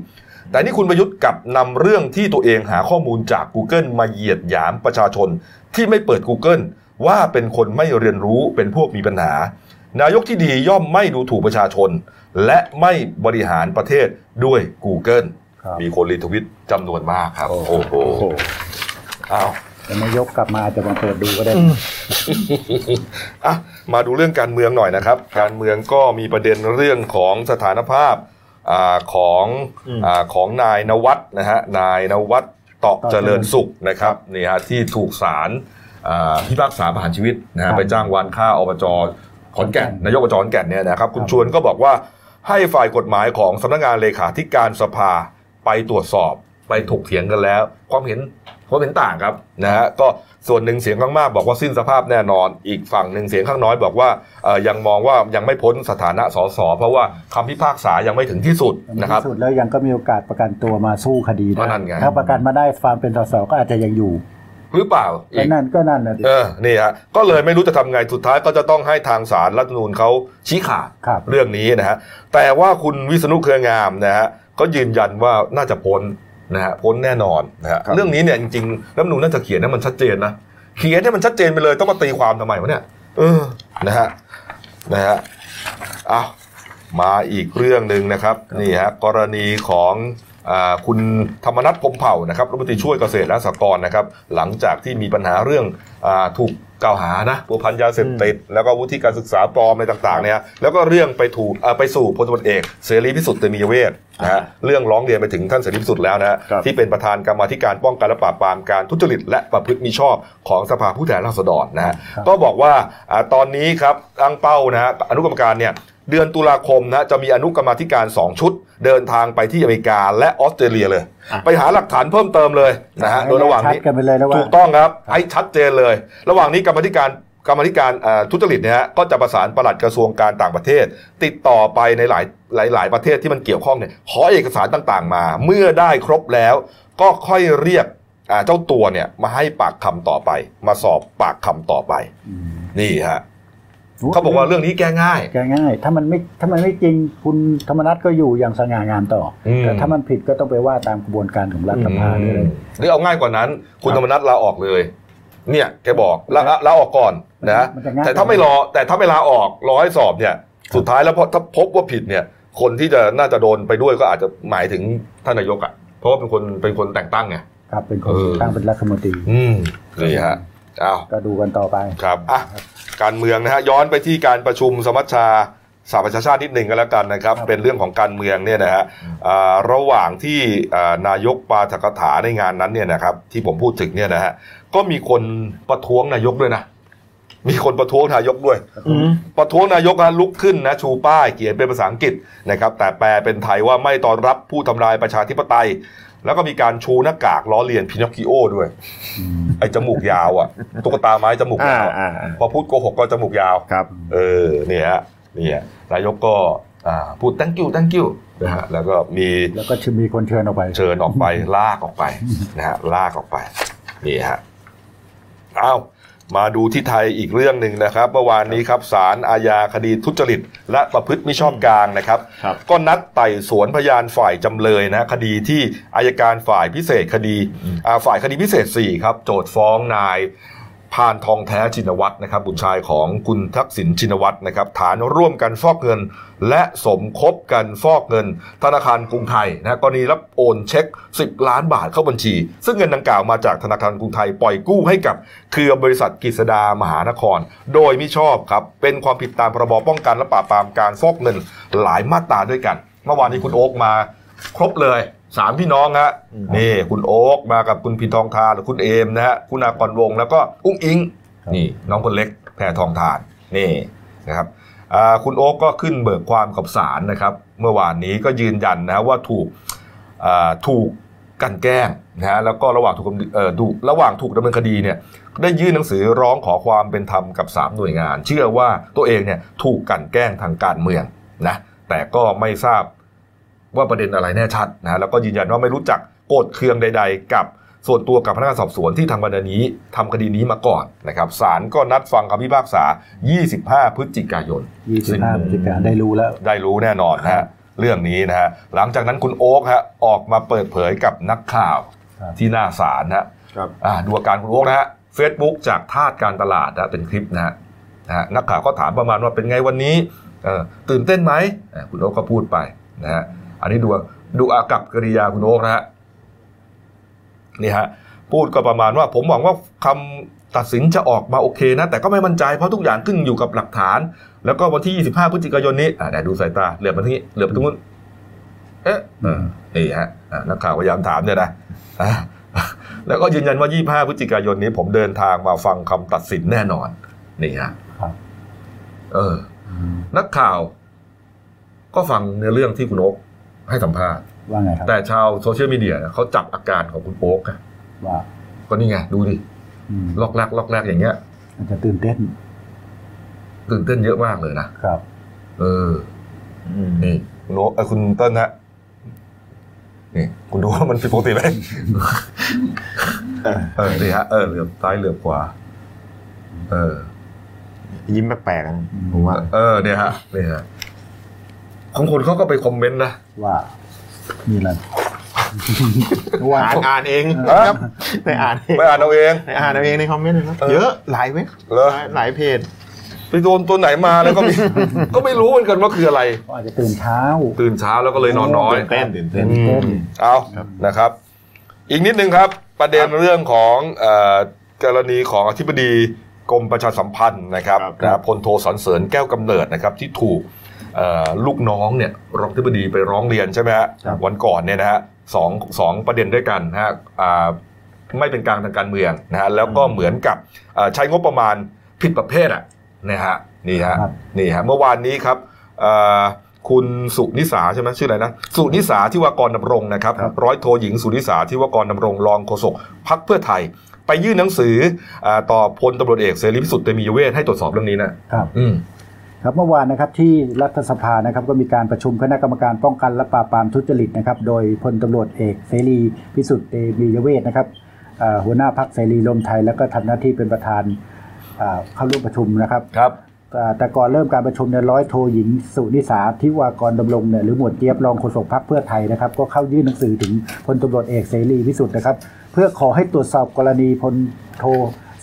แต่นี่คุณประยุทธ์กลับนำเรื่องที่ตัวเองหาข้อมูลจาก Google มาเหยียดหยามประชาชน ที่ไม่เปิด Google ว่าเป็นคนไม่เรียนรู้เป็นพวกมีปัญหา นายกที่ดีย่อมไม่ดูถูกประชาชน และไม่บริหารประเทศด้วย Google ครับ มีคนรีทวิตจำนวนมากครับ โอ้ โอ้ โห โหอ้าว จะไม่ยกกลับมาอาจจะมาเปิดดูก็ได้ อ่ะมาดูเรื่องการเมืองหน่อยนะครับ การเมืองก็มีประเด็นเรื่องของสถานภาพอาของ อืม อาของนายนวัดนะฮะนายนวัดตอกเจริญสุขนะครับนี่ฮะที่ถูกศาลอ่าพิพากษาประหารชีวิตนะ ครั ฮะ บ ไปจ้างวานฆ่าอบจขอนแก่น ขอนแก่น นายกอบจขอนแก่นเนี่ยนะครับ คุณ ครับ ชวนก็บอกว่าให้ฝ่ายกฎหมายของสำนักงานเลขาธิการสภาไปตรวจสอบไปถกเถียงกันแล้ว ความเห็น ความเห็นต่างครับนะฮะก็ส่วนหนึ่งเสียงข้างมากบอกว่าสิ้นสภาพแน่นอน อีกฝั่งหนึ่งเสียงข้างน้อยบอกว่าเอ่อยังมองว่ายังไม่พ้นสถานะสสเพราะว่าคำพิพากษายังไม่ถึงที่สุดนะครับ ที่สุดแล้วยังก็มีโอกาสประกันตัวมาสู้คดีได้ ก็นั่นไง ถ้าประกันมาได้ฟาร์มเป็นสสก็อาจจะยังอยู่ หรือเปล่าอี ก็ ก นั่นก็นั่นนะดิ เออนี่ฮะก็เลยไม่รู้จะทำไงสุดท้ายก็จะต้องให้ทางสารรัฐธรรมนูญเขาชี้ขาด ครับ เรื่องนี้นะฮะแต่ว่าคุณวิษณุเครืองามนะฮะก็ยืนยันว่าน่าจะพ้นนะฮะพ้นแน่นอนนะฮะ ครับ เรื่องนี้เนี่ยจริงๆรัฐธรรมนูญน่าจะเขียนให้มันชัดเจนนะเขียนให้มันชัดเจนไปเลยต้องมาตีความทำไมวะเนี่ยเออนะฮะนะฮะอ้าวมาอีกเรื่องหนึ่งนะครับนี่ฮะกรณีของอาคุณธรรมนัฐพรหมเผ่านะครับรัฐมนตรีช่วยเกษตรและสหกรณ์นะครับ หลังจากที่มีปัญหาเรื่องอาถูกกล่าวหานะผัวพันยาเสพติด แล้วก็วุฒิการศึกษาปลอมอะไรต่างๆเนี่ยฮะแล้วก็เรื่องไปถูกเอ่อไปสู่พลตำรวจเอกเสรีพิสุทธิ์เตมียเวทนะฮะเรื่องร้องเรียนไปถึงท่านเสรีพิสุทธิ์แล้วนะฮะ ครับ ที่เป็นประธานกรรมาธิการป้องกันและปราบปรามการทุจริตและประพฤติมิชอบของสภาผู้แทนราษฎรนะฮะ ครับ ก็บอกว่าอ่าตอนนี้ครับตั้งเป้านะฮะอนุกรรมการเนี่ยเดือนตุลาคมนะจะมีอนุกรรมาธิการ 2 ชุด เดินทางไปที่อเมริกาและออสเตรเลียเลย อ่ะ ไปหาหลักฐานเพิ่มเติมเลยนะฮะโดยระหว่าง ชัด นี้ กันไปเลยนะว่า ถูกต้องครับให้ชัดเจนเลย ระหว่างนี้กรรมาธิการกรรมาธิการเอ่อทุจริตเนี่ยฮะก็จะประสานปลัดกระทรวงการต่างประเทศ ติดต่อไปในหลายหลายหลายประเทศที่มันเกี่ยวข้องเนี่ยขอเอกสารต่างๆมา เมื่อได้ครบแล้ว ก็ค่อยเรียกอ่าเจ้าตัวเนี่ยมาให้ปากคำต่อไป มาสอบปากคำต่อไป อืม นี่ฮะเขาบอกว่าเรื่องนี้แก้ง่าย แกง่าย ถ้ามันไม่ถ้ามันไม่จริงคุณธรรมนัฐก็อยู่อย่างสง่างามต่ออ ม แต่ถ้ามันผิดก็ต้องไปว่าตามกระบวนการของรัฐสภาด้วยเลย หรือเอาง่ายกว่านั้น คุณ คธรับรรมนัฐลาออกเลย เนี่ยแกบอกลาลาลาออกก่อนนะ มันจะง่าย แต่ถ้าไม่รอแต่ถ้าไม่ลาออกรอให้สอบเนี่ย สุดท้ายแล้วพอถ้าพบว่าผิดเนี่ย คนที่จะน่าจะโดนไปด้วยก็อาจจะหมายถึงท่านนายกอะ่ะ เพราะว่าเป็นคนเป็นคนแต่งตั้งไง ครับ เป็นคน เออ ตั้งเป็นรัฐมนตรี อืมนี่ฮะอ้าว ก็ดูกันต่อไป ครับอ่ะการเมืองนะฮะย้อนไปที่การประชุมสมัชชา สหประชาชาตินิดหนึ่งก็แล้วกันนะครับ ครับ เป็นเรื่องของการเมืองเนี่ยนะฮะอ่าระหว่างที่อ่านายกปาฐกถาในงานนั้นเนี่ยนะครับที่ผมพูดถึงเนี่ยนะฮะก็มีคนประท้วงนายกด้วยนะ มีคนประท้วงนายกด้วย ประท้วงนายกนะลุกขึ้นนะชูป้ายเขียนเป็นภาษาอังกฤษนะครับแต่แปลเป็นไทยว่าไม่ต้อนรับผู้ทำลายประชาธิปไตย แล้วก็มีการชูหน้ากากล้อเลียนพินอคคิโอด้วย ไอ้จมูกยาวอ่ะตุ๊กตาไม้จมูก อ่าย าวอะ อ่า พอพูดโกหกก็จมูกยาว ครับ เออเนี่ยฮะเนี่ยนายกก็อ่าพูด thank you thank you นะฮะแล้วก็มี แล้วก็มีคนเชิญออกไป เชิญออกไปลากออกไปนะฮะลากออกไปนี่ฮะเอามาดูที่ไทยอีกเรื่องหนึ่งนะครับเมื่อวานนี้ครับศาลอาญาคดีทุจริต และประพฤติมิชอบกลางนะครับ ครับ ก็นัดไต่สวนพยานฝ่ายจำเลยนะคดีที่อายการฝ่ายพิเศษคดีอ่าฝ่ายคดีพิเศษ 4 ครับ โจทย์ฟ้องนายพานทองแท้ชินวัตรนะครับบุตรชายของคุณทักษิณชินวัตรนะครับ ฐานร่วมกันฟอกเงิน และสมคบกันฟอกเงิน ธนาคารกรุงไทยนะกรณีรับโอนเช็ค 10 ล้านบาทเข้าบัญชี ซึ่งเงินดังกล่าวมาจากธนาคารกรุงไทยปล่อยกู้ให้กับเครือบริษัทกฤษดามหานคร โดยมิชอบครับเป็นความผิดตามพรบป้องกันและปราบปรามการฟอกเงินหลายมาตราด้วยกัน เมื่อวานนี้คุณโอ๊กมาครบเลยสามพี่น้องฮะ อืม นี่คุณโอ๊กมากับคุณพินทองทานหรือคุณเอมนะฮะคุณอากรวงศ์แล้วก็อุ้งอิงนี่น้องคนเล็กแพรทองทานนี่นะครับอ่าคุณโอ๊กก็ขึ้นเบิกความกับศาลนะครับ เมื่อวานนี้ก็ยืนยันนะว่าถูกอ่าถูกกลันแกล้งนะฮะแล้วก็ระหว่างถูกดำเอ่อดูระหว่างถูกดำเนินคดีเนี่ย ได้ยื่นหนังสือร้องขอความเป็นธรรมกับ 3 หน่วยงาน เชื่อว่าตัวเองเนี่ยถูกกลั่นแกล้งทางการเมืองนะแต่ก็ไม่ทราบว่าประเด็นอะไรแน่ชัดนะแล้วก็ยืนยันว่าไม่รู้จักโกรธเคืองใด ๆ กับส่วนตัวกับพนักงานสอบสวนที่ทำคดีนี้ทำคดีนี้มาก่อนนะครับศาลก็นัดฟังคำพิพากษา 25 พฤศจิกายน ยี่สิบห้าพฤศจิกาได้รู้แล้ว ได้รู้แน่นอนนะฮะเรื่องนี้นะฮะหลังจากนั้นคุณโอ๊คฮะออกมาเปิดเผยกับนักข่าว ครับ ที่หน้าศาลนะฮะ ครับ อ่าดูอาการคุณโอ๊กนะฮะเฟซบุ๊กจากทาสการตลาดนะเป็นคลิปนะฮะนะฮะนักข่าวก็ถามประมาณว่าเป็นไงวันนี้เอ่อตื่นเต้นไหมอ่าคุณโอ๊กก็พูดไปนะฮะอันนี้ดูดูอากับกริยาคุณโอ๊กนะฮะนี่ฮะพูดก็ประมาณว่าผมหวังว่าคำตัดสินจะออกมาโอเคนะ แต่ก็ไม่มั่นใจเพราะทุกอย่างขึ้นอยู่กับหลักฐาน แล้วก็วันที่ 25 พฤศจิกายนนี้อ่าไหนดูสายตาเหลือบมาที่นี่เหลือบไปตรงนู้นเอ๊ะเออนี่ฮะอ่านักข่าวพยายามถามเนี่ยนะ อ่า แล้วก็ยืนยันว่า 25 พฤศจิกายนนี้ผมเดินทางมาฟังคำตัดสินแน่นอน นี่ฮะ ครับ เออ นักข่าว ก็ฟังในเรื่องที่คุณโอ๊กให้สัมภาษณ์ ว่าไงครับ แต่ชาวโซเชียลมีเดียเขาจับอาการของคุณโอ๊กอะ ว่า ก็นี่ไง ดูดิ อืม ลอกแรกลอกแรกอย่างเงี้ย อาจจะตื่นเต้น ตื่นเต้นเยอะมากเลยนะ ครับ เออ นี่คุณโอ๊กเอ้ยคุณเต้นฮะนี่ คุณดูว่ามันผิดปกติไหม เออนี่ฮะเออเหลือบซ้ายเหลือบขวาเออ ยิ้มแปลกๆนะผมว่า เออเนี่ยฮะเนี่ยฮะของคนเขาก็ไปคอมเมนต์นะ ว่ามีอะไร ว่า อ่านอ่านเองครับไปอ่านเอง ไปอ่านเอาเอง ไปอ่านเอาเองในคอมเมนต์เลยครับ เออ เยอะหลายเว็บ เหรอ หลายหลายเพจ ไปโดนตัวไหนมาแล้วก็ไม่ ก็ไม่รู้เหมือนกันว่าคืออะไร เขาอาจจะตื่นเช้า ตื่นเช้าแล้วก็เลยนอนน้อย ตื่นเต้นตื่นเต้น อืมเอานะครับ อีกนิดนึงครับ ประเด็นเรื่องของเอ่อกรณีของอธิบดีกรมประชาสัมพันธ์นะครับ ครับ นะพลโทสันเสริญแก้วกำเนิดนะครับ ที่ถูกเอ่อลูกน้องเนี่ยรองอธิบดีไปร้องเรียนใช่ไหมฮะวันก่อนเนี่ยนะฮะสองสองประเด็นด้วยกันนะฮะอ่าไม่เป็นกลางทางการเมืองนะฮะแล้วก็เหมือนกับเอ่อใช้งบประมาณผิดประเภทอ่ะนะฮะนี่ฮะนี่ฮะเมื่อวานนี้ครับ เอ่อคุณสุนิสาใช่ไหมชื่ออะไรนะสุนิสาที่วากรดำรงนะครับ ร้อยโทหญิงสุนิสาที่วากรดำรงรองโฆษกพักเพื่อไทย ไปยื่นหนังสืออาต่อพลตำรวจเอกเสรีพิสุทธิ์เตมียเวทให้ตรวจสอบเรื่องนี้นะครับ อืม ครับเมื่อวานนะครับที่รัฐสภานะครับก็มีการประชุมคณะกรรมการป้องกันและปราบปรามทุจริตนะครับโดยพลตำรวจเอกเสรีพิสุทธิ์เตมียเวทนะครับเอ่อหัวหน้าพักเสรีรวมไทย แล้วก็ทำหน้าที่เป็นประธานเอ่อเข้าร่วมประชุมนะครับ ครับ แต่แต่ก่อนเริ่มการประชุมเนี่ยร้อยโทหญิงสุนิสาทิวากรดำรงเนี่ยหรือหมวดเจี๊ยบรองโฆษกพรรคเพื่อไทยนะครับก็เข้ายื่นหนังสือถึงพลตำรวจเอกเสรีพิสุทธิ์นะครับ เพื่อขอให้ตรวจสอบกรณีพลโท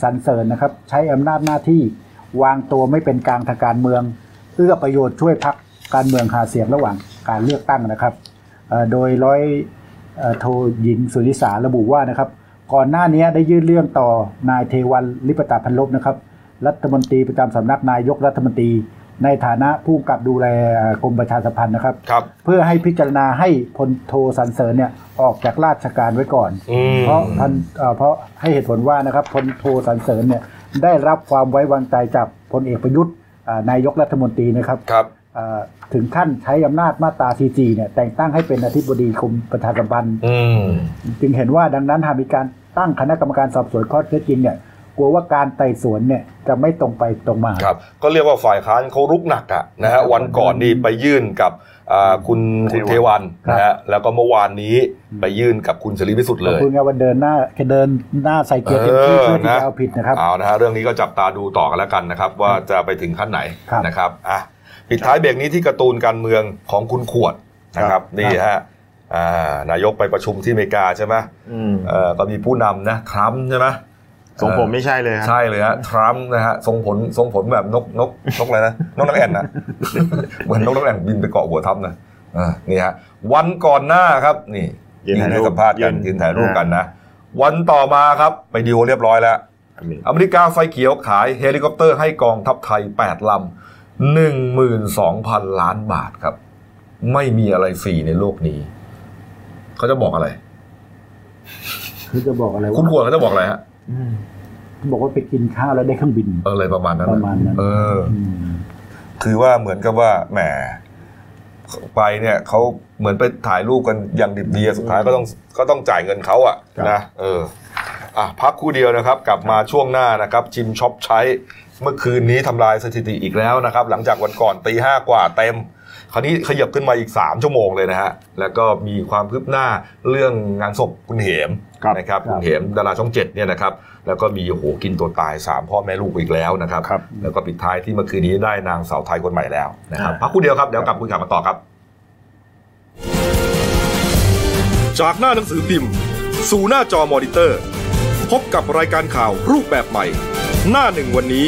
สันเสริญนะครับ ใช้อำนาจหน้าที่วางตัวไม่เป็นกลางทางการเมืองเอื้อประโยชน์ช่วยพรรคการเมืองหาเสียงระหว่างการเลือกตั้งนะครับเอ่อโดยร้อย เอ่อโทหญิงสุนิสาระบุว่านะครับ ก่อนหน้านี้ได้ยื่นเรื่องต่อนายเทวันลิปตาพันลบนะครับ รัฐมนตรีประจำสำนักนายกรัฐมนตรี ในฐานะผู้กำกับดูแลกรมประชาสัมพันธ์นะครับ ครับ เพื่อให้พิจารณาให้พลโทสันเสริญเนี่ยออกจากราชการไว้ก่อน อืม เพราะพันเอ่อเพราะให้เหตุผลว่านะครับพลโทสันเสริญเนี่ยได้รับความไว้วางใจจากพลเอกประยุทธ์อ่านายกรัฐมนตรีนะครับ ครับ อ่าถึงขั้นใช้อำนาจมาตราซีจีเนี่ยแต่งตั้งให้เป็นอธิบดีกรมประชาสัมพันธ์ อืม จึงเห็นว่าดังนั้นหากมีการตั้งคณะกรรมการสอบสวนข้อเท็จจริงเนี่ยกลัวว่าการไต่สวนเนี่ยจะไม่ตรงไปตรงมา ครับ ก็เรียกว่าฝ่ายค้านเขารุกหนักอะนะฮะ วันก่อนนี่ไปยื่นกับอ่าคุณคุณเทวันนะฮะ แล้วก็เมื่อวานนี้ไปยื่นกับคุณเสรีพิสุทธิ์เลย คุณกาวันเดินหน้าเดินหน้าใส่เกียร์เต็มที่เพื่อที่จะเอาผิดนะครับ เอานะฮะเรื่องนี้ก็จับตาดูต่อกันแล้วกันนะครับ ว่าจะไปถึงขั้นไหน ครับ นะครับอ่ะปิดท้ายเบรกนี้ที่การ์ตูนการเมืองของคุณขวดนะครับนี่ฮะอ่านายกไปประชุมที่อเมริกาใช่ไหม อืม เอ่อก็มีผู้นำนะทรัมป์ใช่ไหม ทรงผมไม่ใช่เลยครับ ใช่เลยฮะทรัมป์นะฮะทรงผลทรงผลแบบนกนกนกอะไรนะนกนักแอ่นนะ เหมือนนกนักแอ่นบินไปเกาะหัวทรัมป์นะอ่านี่ฮะวันก่อนหน้าครับนี่ ยืนให้สัมภาษณ์กันยืนถ่ายรูปกันนะ วันต่อมาครับไปดีลเรียบร้อยแล้ว อ่ะมี อเมริกาไฟเขียวขายเฮลิคอปเตอร์ให้กองทัพไทย 8 ลำ 12,000 ล้านบาทครับ ไม่มีอะไรฟรีในโลกนี้ เขาจะบอกอะไร คือจะบอกอะไร คุ ว่า ณควรเขาจะบอกอะไรฮะ อืม บอกว่าไปกินข้าวแล้วได้เครื่องบิน อะไรประมาณนั้น ประมาณนั้น เออ อืม คือว่าเหมือนกับว่าแหมไปเนี่ยเขาเหมือนไปถ่ายรูปกันอย่างดิบดีอะสุดท้ายก็ต้องก็ต้องจ่ายเงินเขาอ่ะ ครับ นะเอออ่ะพักครู่เดียวนะครับ กลับมาช่วงหน้านะครับ ชิมช็อปใช้เมื่อคืนนี้ทำลายสถิติอีกแล้วนะครับ หลังจากวันก่อนตีห้ากว่าเต็ม คราวนี้ขยับขึ้นมาอีก 3 ชั่วโมงเลยนะฮะ แล้วก็มีความคืบหน้าเรื่องงานศพคุณเหม ครับ นะครับ ครับ คุณเหมดาราช่องเจ็ดเนี่ยนะครับแล้วก็มีโอ้โหกินตัวตายสามพ่อแม่ลูกอีกแล้วนะครับ ครับ แล้วก็ปิดท้ายที่เมื่อคืนนี้ได้นางสาวไทยคนใหม่แล้วนะครับ อ่า พักครู่เดียวครับ เดี๋ยวกลับคุยข่าวมาต่อครับ จากหน้าหนังสือพิมพ์ สู่หน้าจอมอนิเตอร์ พบกับรายการข่าวรูปแบบใหม่ หน้าหนึ่งวันนี้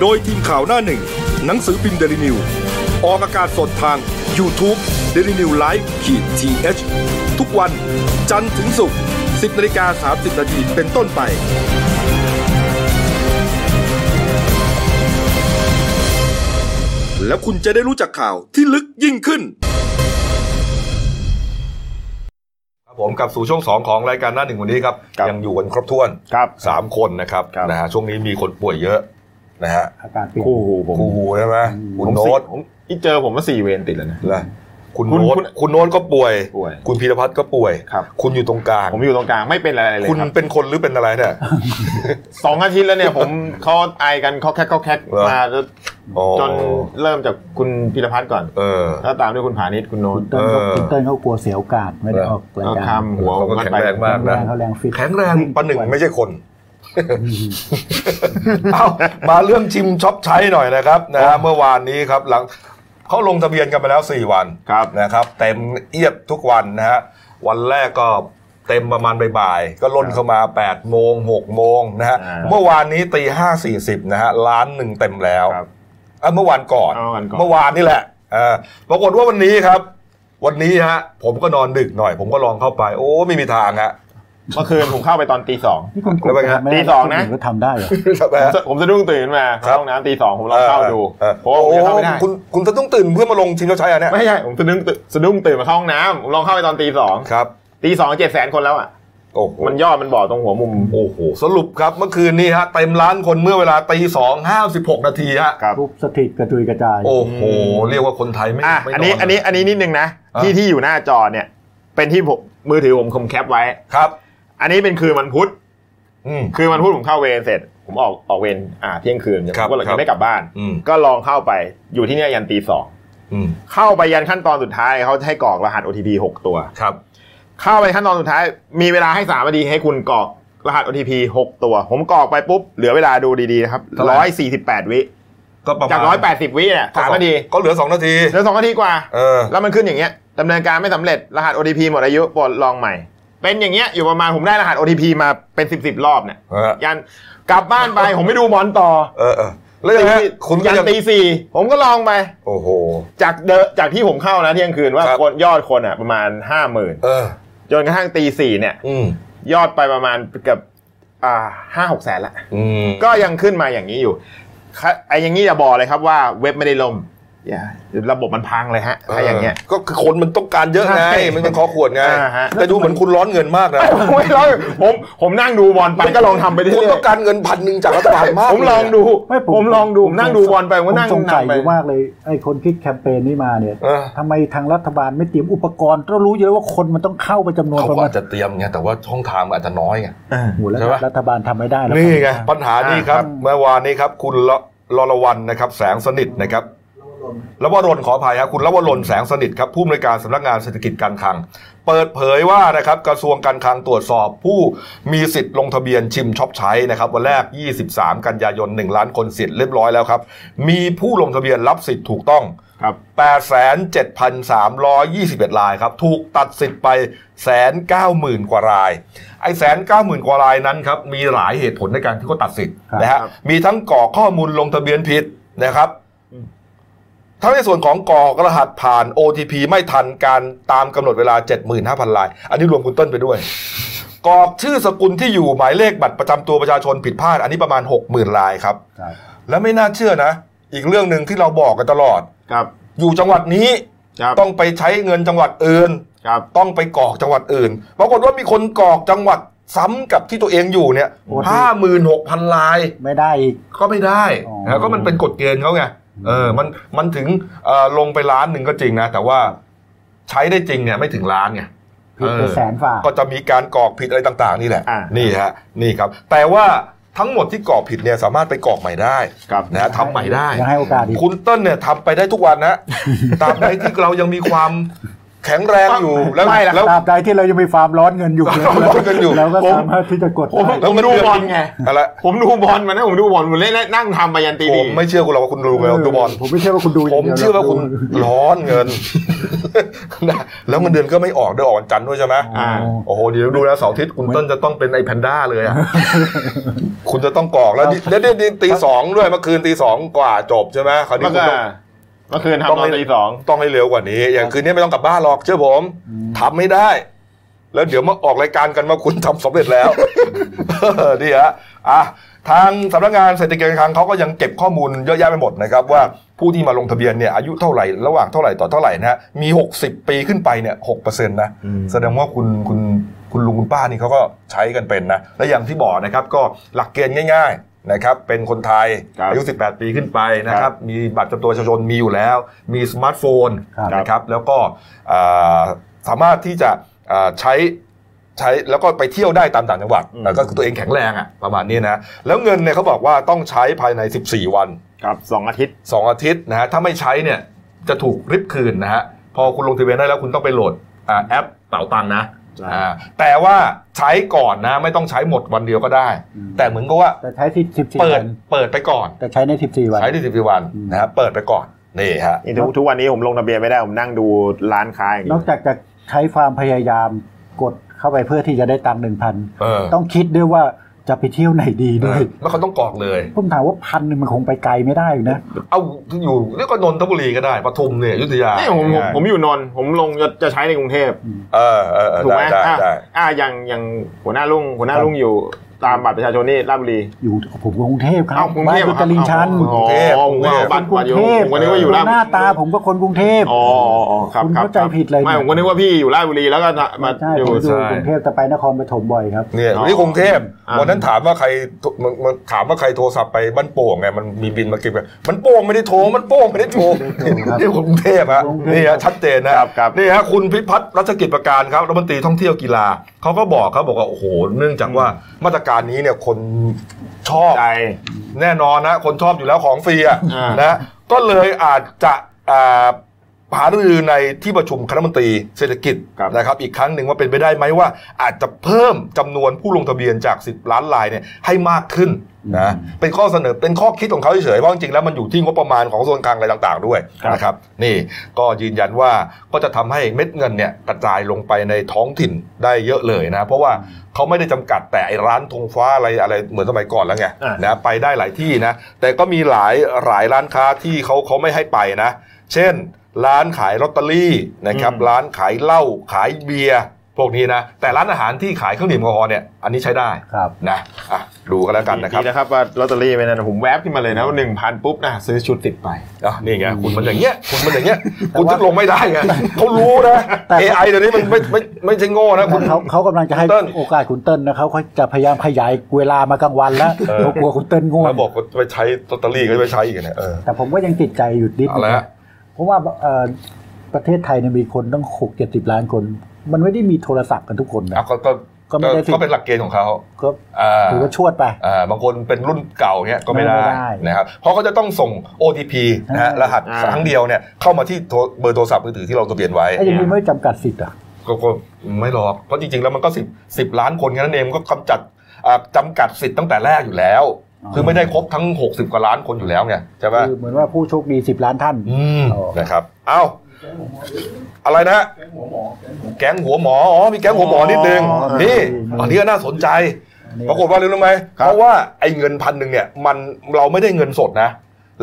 โดยทีมข่าวหน้าหนึ่ง หนังสือพิมพ์เดลิวิวออกอากาศสดทาง y o u t u เด d ิวิวไลฟ์ขีดทีเทุกวันจันทร์ถึงศุกร์10นาฬิกา30นาทีเป็นต้นไป แล้วคุณจะได้รู้จักข่าวที่ลึกยิ่งขึ้น ครับผมกลับสู่ช่วง 2 ของรายการหน้าหนึ่งวันนี้ครับ ครับ ยังอยู่กันครบถ้วน ครับ 3 คนนะครับ ครับ นะฮะช่วงนี้มีคนป่วยเยอะนะฮะ อากาศเปลี่ยน คู่หูผม ครูใช่ไหมคุณ ผม โน้ สี่ ต ผมอีเจอผมมาสี่เวรติดแล้วนะ นะคุณ คุณ โน้ต คุณ คุณโน้ตก็ป่วย ป่วย คุณพีรพัฒน์ก็ป่วย ครับ คุณอยู่ตรงกลาง ผมอยู่ตรงกลางไม่เป็นอะไรเลย คุณ ครับ เป็นคนหรือเป็นอะไรเนี่ย สองอาทิตย์แล้ วเนี่ยผมเขาไอกันเขาแคกเขาแคก เหรอ มาจน อ๋อ จนเริ่มจากคุณพีรพัฒน์ก่อน เออ แล้วตามด้วยคุณผานิชคุณโน้ต เติ้ลก็ เออ คุณเติ้ลเขากลัวเสียโอกาสไม่ได้ออกราย แล้ว การ คำหัว เขาก็ มัน แข็ง ไป แรงมาก แร นะ งเขาแรงฟิต แข็งแรงประหนึ่งไม่ใช่คน เอามาเรื่องชิมช็อปใช้หน่อยนะครับนะฮะเมื่อวานนี้ครับหลังเขาลงทะเบียนกันไปแล้ว 4 วัน ครับ นะครับ เต็มเอียบทุกวันนะฮะวันแรกก็เต็มประมาณบ่ายๆก็ล่นเข้ามา 8 โมง 6 โมงนะฮะ อ่า เมื่อวานนี้ตีห้าสี่สิบนะฮะล้านหนึ่งเต็มแล้ว ครับ เอ้ยเมื่อวานก่อน เอาวันก่อน เมื่อวานนี่แหละเออปรากฏว่าวันนี้ครับ วันนี้ฮะผมก็นอนดึกหน่อย ผมก็ลองเข้าไป โอ้ไม่มีทางฮะ เมื่อคืนผมเข้าไปตอนตีสอง นี่คุณกด แล้วเป็นไง ไม่ได้ ตีสองนะ คอื่ก็ทำได้ เหรอ ผมผมสะดุ้งตื่นขึ้นมา ครั เข้า บ ห้องน้ำตีสองผมลองเข้าดู เออ เพราะว่าผมยังเข้าไม่ได้ โอ้คุณคุณจะต้องตื่นเพื่อมาลงชิมช็อปใช้อะเนี่ย ไม่ใช่ผมสะดุ้งตื่นสะดุ้งตื่นมาเข้าห้องน้ำผมลองเข้าไปตอนตีสอง ครับ ตีสองเจ็ดแสนคนแล้วอ่ะ โอ้โห มันยอดมันบอกตรงหัวมุม โอ้โห สรุปครับเมื่อคืนนี้ฮะเต็มร้านคนเมื่อเวลาตีสองห้าสิบหกนาทีฮะ ครับ รูปสถิตกระจุยกระจาย โอ้โห เรียกว่าคนไทยไม่ อ่ะ ไม่ อันนี้ เลย อันนี้อันนี้นิดนึงนะ อ่ะ ที่ที่อยู่หน้าจอเนี่ย เป็นที่ผมมือถือผมคมแคปไว้ ครับ อันนี้เป็นคืนวันพุธ อืม คืนวันพุธผมเข้าเวรเสร็จ ผมออกออกเวรอ่าเที่ยงคืน ครับ ผมก็เลย ครับ ไม่กลับบ้าน อืม ก็ลองเข้าไปอยู่ที่เนี่ยยันตีสอง อืม เข้าไปยันขั้นตอนสุดท้ายเขาให้กรอกรหัส OTP หกตัว ครับ เข้าไปขั้นตอนสุดท้ายมีเวลาให้สามนาทีให้คุณกรอกรหัส OTP หกตัว ผมกรอกไปปุ๊บ เหลือเวลาดูดีๆนะครับร้อยสี่สิบแปดวิ ก็ประมาณ จากร้อยแปดสิบวิเนี่ยสามนาที ก็เหลือสองนาที เหลือสองนาทีกว่า เออ แล้วมันขึ้นอย่างเงี้ยดำเนินการไม่สำเร็จรหัส OTP หมดอายุปลดลองใหม่ เป็นอย่างเงี้ยอยู่ประมาณผมได้รหัส OTP มาเป็นสิบสิบรอบเนี่ย เออ ยันกลับบ้านไปผมไม่ดูบอลต่อ เออเออแล้วยังไง ตี คุณก็ ยัน ยัง ตีสี่ผมก็ลองไป โอ้โห จากเดมจากที่ผมเข้านะเที่ยงคืนว่า ครับ คนยอดคนอ่ะประมาณห้าหมื่น เออ จนกระทั่งตีสี่เนี่ย อืม ยอดไปประมาณเกือบอ่าห้าหกแสนละ อืม ก็ยังขึ้นมาอย่างนี้อยู่ ค่ะไอ้อย่างนี้อย่าบอกเลยครับว่าเว็บไม่ได้ล่มอย่าระบบมันพังเลยฮะถ้าอย่างเงี้ย ก็คือคนมันต้องการเยอะไง ใช่ มันเป็นคอขวดไง อ่าฮะ แต่ดูเหมือนคุณร้อนเงินมากนะ ไม่ร้อยผมผมนั่งดูบอลไปก็ลองทำไปเรื่ คุณ อ ต้อยงการเงินพันหนึ่งจากรัฐบาลมาก ๆผมลองดู ไม่ผ ผมลองดูผมนั่งดูบอลไปผม ผ ก็ ม นั่ง สงสัย ทำ อ ไป ยู่มากเลยไอ้คนคิดแคมเปญนี้มาเนี่ย เออ ทำไมทางรัฐบาลไม่เตรียมอุปกรณ์ก็รู้อยู่แล้วว่าคนมันต้องเข้าไปจำนวน เขา ประ ก็ มาณ อาจจะเตรียมไงแต่ว่าช่องทางมันอาจจะน้อยไง โอ้โหแล้ว ใช่ปะ รัฐบาลทำไม่ได้แล้ว นี่ไงปัญหานี้ครับ อ่าครับ เมื่อวานนี้ครับ คุณละลรวันนะครับ แสงสนิทนะครับลวรนขออภัยครับคุณลวรนแสงสนิทครับผู้อำนวยการสำนักงานเศรษฐกิจการคลัง เปิดเผยว่านะครับกระทรวงการคลังตรวจสอบผู้มีสิทธิ์ลงทะเบียนชิมช็อปใช้นะครับวันแรก 23 กันยายน 1 ล้านคนสิทธิ์เรียบร้อยแล้วครับ มีผู้ลงทะเบียนรับสิทธิ์ถูกต้อง ครับ 87,321 รายครับ ถูกตัดสิทธิ์ไปแสนเก้าหมื่นกว่าราย ไอ้แสนเก้าหมื่นกว่ารายนั้นครับ มีหลายเหตุผลในการที่เขาตัดสิทธิ์ ครับ นะฮะมีทั้งก่อข้อมูลลงทะเบียนผิดนะครับทั้งในส่วนของก่อกรหัสผ่าน OTP ไม่ทันการตามกำหนดเวลา 75,000 ราย อันนี้รวมคุณเต้นไปด้วย กรอกชื่อสกุลที่อยู่หมายเลขบัตรประจำตัวประชาชนผิดพลาด อันนี้ประมาณ 60,000 รายครับ ครับ และไม่น่าเชื่อนะ อีกเรื่องหนึ่งที่เราบอกกันตลอด ครับ อยู่จังหวัดนี้ ครับ ต้องไปใช้เงินจังหวัดอื่น ครับ ต้องไปกรอกจังหวัดอื่น ปรากฏว่ามีคนกรอกจังหวัดซ้ำกับที่ตัวเองอยู่เนี่ยห้าหมื่นหกพันลาย ไม่ได้อีก ก็ไม่ได้ อ๋อ นะก็มันเป็นกฎเกณฑ์เขาไง เออ มัน มันถึงเอ่อลงไปล้านหนึ่งก็จริงนะ แต่ว่าใช้ได้จริงเนี่ยไม่ถึงล้านไง ผิดไป เออ แสนฝ่า ก็จะมีการกรอกผิดอะไรต่าง ๆ นี่แหละ อ่านี่ นี่ฮะ นี่ครับ แต่ว่าทั้งหมดที่กรอกผิดเนี่ยสามารถไปกรอกใหม่ได้ ครับ นะฮะทำใหม่ได้ ยังให้โอกาสอีก คุณเต้นเนี่ยทำไปได้ทุกวัน นะ ตามใดที่เรายังมีความแข็งแรงอยู่ แล้ว ไม่ละ แล้ว ตราบใดที่เรายังมีฟาร์มร้อนเงินอยู่ ฟาร์มร้อนเงินอยู่ เราก็ ผม สามารถที่จะกด ผม ได้ แล้ว ผม เงินเดื ดู อน บอลไง อะไร ผมดูบอลมานะผมดูบอลผมเล่นนั่งทำไปยันตี ผ ดี มไม่เชื่อคุณหรอกว่าคุณดูแล้วดูบอล ผมไม่เชื่อว่าคุณดู ผม ย่งดีย เชื่อว่าคุณร้อนเงิน นะแล้วเงินเดือนก็ไม่ออกเดือนออกวันจันทร์ด้วยใช่ไหม อ่า โอ้โหเดี๋ยวดูนะเสาร์อาทิตย์คุณเต้นจะต้องเป็นไอแพนด้าเลย อ่ะ คุณจะต้องกรอกแล้วเดี๋ยวเดี๋ยวเดี๋ยวตีสองด้วยเมื่อคืนตีสองกว่าจบใช่ไหมคราวนี้ เมื่อ คุณ คืน ต้อง เมื่อคืนทำตอนตีสอง ต้องให้เร็วกว่านี้ อย่างคืนนี้ไม่ต้องกลับบ้านหรอกเชื่อผมทำไม่ได้ แล้วเดี๋ยวมาออกรายการกันว่าคุณท ำสำเร็จแล้ว เออนี่ฮะอ่ะทางสำนักงานเศรษฐกิจการคลังเขาก็ยังเก็บข้อมูลเยอะแยะไปหมดนะครับ ว่าผู้ที่มาลงทะเบียนเนี่ยอายุเท่าไหร่ระหว่างเท่าไหร่ต่อเท่าไหร่นะฮะมี 60 ปีขึ้นไปเนี่ยหกเปอร์เซ็นต์นะ อืม แสดงว่าคุณคุณคุณลุงคุณป้านี่เขาก็ใช้กันเป็นนะ และอย่างที่บอกนะครับก็หลักเกณฑ์ง่ายๆนะครับเป็นคนไทย ครับ อายุ 18 ปีขึ้นไปนะค ครั รับ บ มีบัตรประจำตัวประชาชนมีอยู่แล้ว มีสมาร์ทโฟน ครับ นะครับแล้วก็อ่าสามารถที่จะอ่าใช้ใช้แล้วก็ไปเที่ยวได้ตามต่างจังหวัด อืม แล้วก็คือตัวเองแข็งแรงอะประมาณนี้นะแล้วเงินเนี่ยเขาบอกว่าต้องใช้ภายใน 14 วัน ครับสองอาทิตย์ 2 อาทิตย์นะฮะถ้าไม่ใช้เนี่ยจะถูกริบคืนนะฮะพอคุณลงทะเบียนได้แล้วคุณต้องไปโหลดอ่าแอปเป๋าตังค์นะ ใช่ อ่าแต่ว่าใช้ก่อนนะไม่ต้องใช้หมดวันเดียวก็ได้ แต่เหมือนกับว่า แต่ใช้ที่สิบสี่ เปิ วั ด น เปิดไปก่อน แต่ใช้ในสิบสี่วัน ใช้ได้สิบสี่วันนะฮะเปิดไปก่อนนี่ฮะ นี่ทุกทุกวันนี้ผมลงทะเบียนไม่ได้ ผมนั่งดูร้านค้าอย่าง น เดีย อก ว จากจะใช้ความพยายามกดเข้าไปเพื่อที่จะได้ตังค์หนึ่งพัน เออ ต้องคิดด้วยว่าจะไปเที่ยวไหนดีด้วย แล้วเขาต้องกรอกเลย ผมถามว่าพันหนึ่งมันคงไปไกลไม่ได้อยู่นะ เอาอยู่เรียกว่านนทบุรีก็ได้ปทุมเนี่ยอยุธยา นี่ผมผมผมอยู่นนท์ผมลงจะจะใช้ในกรุงเทพ เออเออเออ ถูก ได้ ไหม ได้ อ่ะ ได้ อ่าอย่างอย่างหัวหน้าลุงหัวหน้า ครับ ลุงอยู่ตามบัตรประชาชนนี่ราชบุรี อยู่ผมกรุงเทพครับ เอ้ากรุง บ้า เท น พ อยู่ตลิ่งชัน อ๋อผมก็เอาบัตร กรุ บัตรงอยู่ เทพ ผมก็นึกว่าอยู่ราช หน้าตาผมก็คนกรุงเทพ อ๋ออ๋อครับ คุณ ครับ เข้าใจผิดเลยเนี่ย ไม่ผมก็นึกว่าพี่อยู่ราชบุรีแล้วก็มา ใช่ อยู่ ผมอยู่กรุงเทพแต่ไปนครปฐมบ่อยครับ เนี่ย อ๋อ นี่กรุงเทพ อ่า วันนั้นถามว่าใครมันมันถามว่าใครโทรศัพท์ไปบ้านโป่งไงมันมีบินมาเก็บไว้มันโป่งไม่ได้โทรมันโป่งไม่ได้โทร ครับ นี่กรุงเทพฮะ กรุงเทพ นี่ฮะชัดเจนนะครับ ครับ นี่ฮะคุณพิพัฒน์รัชกิจประการครับรัฐมนตรีท่องเที่ยวกีฬาเขาก็บอกครับบอกว่าโอ้โหเนื่องจากว่ามาตรการนี้เนี่ยคนชอบ ใจ แน่นอนนะคนชอบอยู่แล้วของฟรีอะ อ่าน นะก็เลยอาจจะอ่าหารือในที่ประชุมคณะมนตรีเศรษฐกิจนะครับอีกครั้งหนึ่งว่าเป็นไปได้ไหมว่า อาจจะเพิ่มจำนวนผู้ลงทะเบียนจาก 10 ล้านรายเนี่ยให้มากขึ้นนะเป็นข้อเสนอเป็นข้อคิดของเขาเฉยๆเพราะจริงๆแล้วมันอยู่ที่งบประมาณของส่วนกลางอะไรต่าง ๆ ด้วยนะครับนี่ก็ยืนยันว่าก็จะทำให้เม็ดเงินเนี่ยกระจายลงไปในท้องถิ่นได้เยอะเลยนะเพราะว่าเขาไม่ได้จำกัดแต่ไอ้ร้านธงฟ้าอะไรอะไรเหมือนสมัยก่อนแล้วไง อ่าน นะไปได้หลายที่นะ แต่ก็มีหลายหลายร้านค้าที่เขาเขาไม่ให้ไปนะ เช่น ร้านขายลอตเตอรี่นะครับ ร้านขายเหล้าขายเบียร์พ พวกนี้นะ แต่ร้านอาหารที่ขายเครื่องดื่มแอลกอฮอล์เนี่ยอันนี้ใช้ได้ ครับ นะอ่ะดูกันแล้วกันนะครับ ดีนะครับว่าลอตเตอรี่ไปนั้นผมแวบขึ้นมาเลยนะหนึ่งพันปุ๊บนะซื้อชุดติดไป อ่ะนี่ไงคุณมันอย่างเงี้ยคุณมันอย่างเงี้ย แต่ คุณ ว่า ถึงลงไม่ได้ไง เขารู้นะ แต่ AI เดี๋ยวนี้มันไม่ไม่ไม่ใช่โง่นะคุณ เขาเขากำลังจะให้ คุณเติ้ล โอกาสคุณเติ้ลนะเขาเขาจะพยายามขยายเวลามากลางวันแล้วเขากลัวคุณเติ้ลง่วง แล้วบอกว่าไปใช้ลอตเตอรี่ก็ไปใช้อีกเนี่ยเออ แต่ผมก็ยังติดใจอยู่นิดเอานึง ละ นะเพราะว่าเอ่อประเทศไทยเนี่ยมีคนตั้งหกเจ็ดสิบล้านคน มันไม่ได้มีโทรศัพท์กันทุกคนนะ อ่ะก็ก็ ก็ไม่ได้สิ ก็เป็นหลักเกณฑ์ของเขา ก็ อ่า ถือว่าชวดไป อ่าบางคนเป็นรุ่นเก่าเนี้ยก็ไม่ได้ ไม่ได้ นะครับเพราะเขาจะต้องส่ง OTP นะฮะ อ่าร ร หัส อ่า ครั้งเดียวเนี่ยเข้ามาที่โทรเบอร์โทรศัพท์มือถือที่เราทะเบียนไว้ ไอ้อย่างนี้ไม่จำกัดสิทธิ์เหรอ่ะ ก็ก็ไม่หรอกเพราะจริงๆ แล้วมันก็ 10 10 ล้านคนแค่นั้นเองก็กำจัดอ่าจำกัดสิทธิ์ตั้งแต่แรกอยู่แล้ว อ๋อ คือไม่ได้ครบทั้ง 60 กว่าล้านคนอยู่แล้วไงใช่ไหม คือเหมือนว่าผู้โชคดีสิบล้านท่าน อืม อ๋อ นะครับเอ้าอะไรนะ แก๊งหัวหมออ๋อมีแก๊งหัวหมอนิดนึง อ๋อ นี่อันนี้ก็น่าสนใจ ปรากฏว่าอะไรรู้ไหม เพราะว่าไอ้เงินพันหนึ่งเนี่ยมันเราไม่ได้เงินสดนะ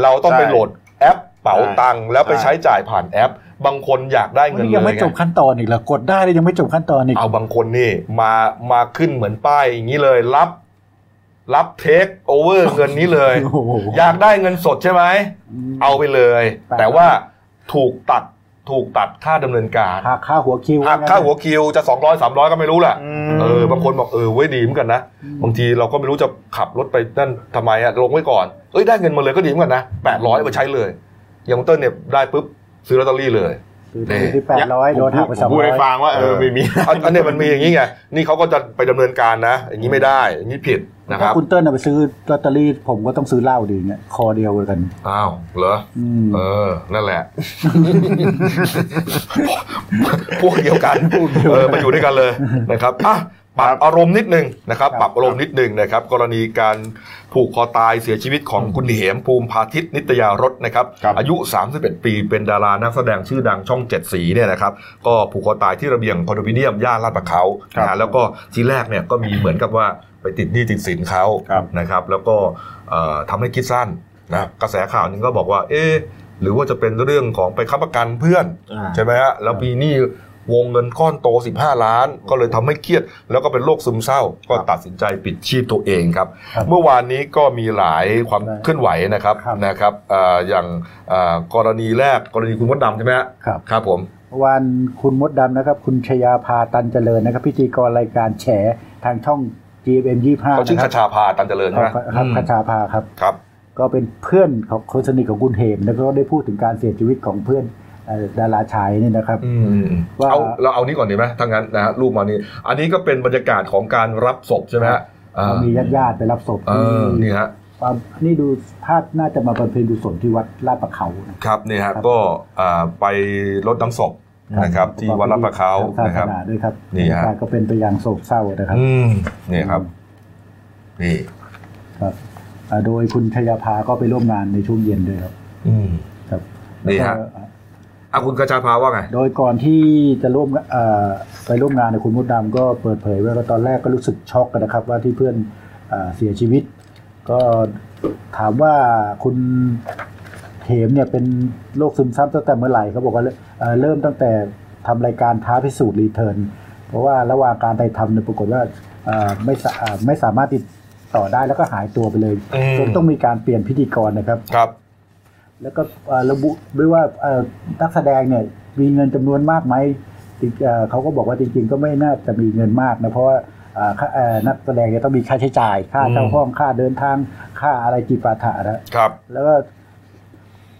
เราต้องไป ใช่ โหลดแอปเป๋าตังค์แล้วไป ใช่ ใช้จ่ายผ่านแอป บางคนอยากได้ วัน เงิน นี้ เล ยัง ย ไม่จบ ไง ขั้นตอนอีกเหรอกดได้แล้วยังไม่จบขั้นตอนอีก เอาบางคนนี่มามาขึ้นเหมือนป้ายอย่างนี้เลยรับ รับเทคโอเวอร์เงินนี้เลย โอ้โห อยากได้เงินสดใช่ไหม เอาไปเลย ไป แต่ว่าถูกตัดถูกตัดค่าดำเนินการ หักค่าหัวคิว หักค่าหัวคิวจะ 200 300 ก็ไม่รู้แหละ อืม เออบางคนบอกเออเว้ยดีเหมือนกันนะบางทีเราก็ไม่รู้จะขับรถไปนั่นทำไมอะลงไว้ก่อนเอ้ยได้เงินมาเลยก็ดีเหมือนกันนะแปดร้อยมาใช้เลย อย่างคุณเติ้ลเนี่ยได้ปุ๊บซื้อลอตเตอรี่เลย ถือที่แปดร้อยโดนหักไปสอง ผมพูด ร้อ ให้ ย ฟังว่าเออมีมี อันอันเนี้ยมันมีอย่างนี้ไงนี่เขาก็จะไปดำเนินการนะ อย่างนี้ไม่ได้อย่างนี้ผิดนะค ถ้า รับ คุณเติ้ลเอาไปซื้อลอตเตอรี่ผมก็ต้องซื้อเหล้าดีเนี่ยคอเดียวกัน อ้าวเหรอ อืม เออนั่นแหละ พวกเดียวกันเออมาอยู่ด้วยกันเลยนะครับอ่ะปรับอารมณ์นิดนึงนะครับ ปรับอารมณ์นิดนึงนะครับ กรณีการผูกคอตายเสียชีวิตของคุณเหมภูมิพาทิตนิตยารสนะครับ ครับ อายุ 31 ปีเป็นดารานักแสดงชื่อดังช่องเจ็ดสีเนี่ยนะครับ ก็ผูกคอตายที่ระเบียงคอนโดมิเนียมย่านลาดประเขา ครับ นะฮะแล้วก็ทีแรกเนี่ยก็มีเหมือนกับว่าไปติดหนี้ติดสินเขา ครับ นะครับ แล้วก็เอ่อทำให้คิดสั้นนะกระแสข่าวนึงก็บอกว่า เอ๊ะหรือว่าจะเป็นเรื่องของไปค้ำประกันเพื่อน ใช่ไหมฮะแล้วปีนี้วงเงินก้อนโต 15 ล้าน ก็เลยทำให้เครียด แล้วก็เป็นโรคซึมเศร้า ก็ตัดสินใจปิดชีพตัวเองครับ ครับ เมื่อวานนี้ก็มีหลายความเคลื่อนไหวนะครับ ครับ นะครับเอ่ออย่างเอ่อกรณีแรกกรณีคุณมดดำใช่ไหมฮะ ครับ ครับผม วันคุณมดดำนะครับ คุณชยาภาตันเจริญนะครับ พิธีกรรายการแฉทางช่อง GMM 25 เขาชื่อ นะค ค รั ชาพาตันเจริญ ค ใช่ รั ไหมบครับ อืม คชาภาครับ ครับ ก็เป็นเพื่อนของคนสนิทของคุณเหมแล้วก็ได้พูดถึงการเสียชีวิตของเพื่อนเอ่อดาราชายนี่นะครับ อืม ว่า เอาเราเอานี้ก่อนดีไหมถ้างั้นนะฮะรูปมานี้อันนี้ก็เป็นบรรยากาศของการรับศพใช่ไหมฮะอ่า มีญาติญาติๆไปรับศพ เอ ทอี่นี่ฮะ ความนี่ดูภาพน่าจะมาบำเพ็ญกุศลที่วัดลาดประเขานะ ครับนี่ฮะ ครับ ก็อ่าไปลดน้ำศพนะครับที่วัดรับประเขา ทง นะครับ ศสด้วยครับ นี่ฮะ บรรยากาศก็เป็นไปอย่างโศกเศร้านะครับ อืมนี่ครับนี่ ครับอ่าโดยคุณชยาภาก็ไปร่วมงานในช่วงเย็นด้วยครับ อืม ครับ นี่ฮะ แล้วก็ อ่ะคุณกระชาพาว่าไง โดยก่อนที่จะร่วมเอ่อไปร่วมงานเนี่ยคุณมดดำก็เปิดเผยว่าตอนแรกก็รู้สึกช็อกกันนะครับ ว่าที่เพื่อนเอ่อเสียชีวิต ก็ถามว่าคุณเหมเนี่ยเป็นโรคซึมเศร้าตั้งแต่เมื่อไหร่เขาบอกว่าเอ่อเริ่มตั้งแต่ทำรายการท้าพิสูจน์รีเทิร์นเพราะว่าระหว่างการไปทำเนี่ยปรากฏว่าเอ่อไม่สะเอ่อไม่สามารถติดต่อได้แล้วก็หายตัวไปเลย อืม จนต้องมีการเปลี่ยนพิธีกรนะครับ ครับ แล้วก็เอ่อระบุด้วยว่าเอ่อนักแสดงเนี่ยมีเงินจำนวนมากไหมจริงเอ่อเขาก็บอกว่าจริง ๆ ก็ไม่น่าจะมีเงินมากนะเพราะว่าเอ่อค่าเอ่อนักแสดงเนี่ยต้องมีค่าใช้จ่าย ค่าเช่า อืม ห้องค่าเดินทางค่าอะไรจีปาถะนะครับ แล้วก็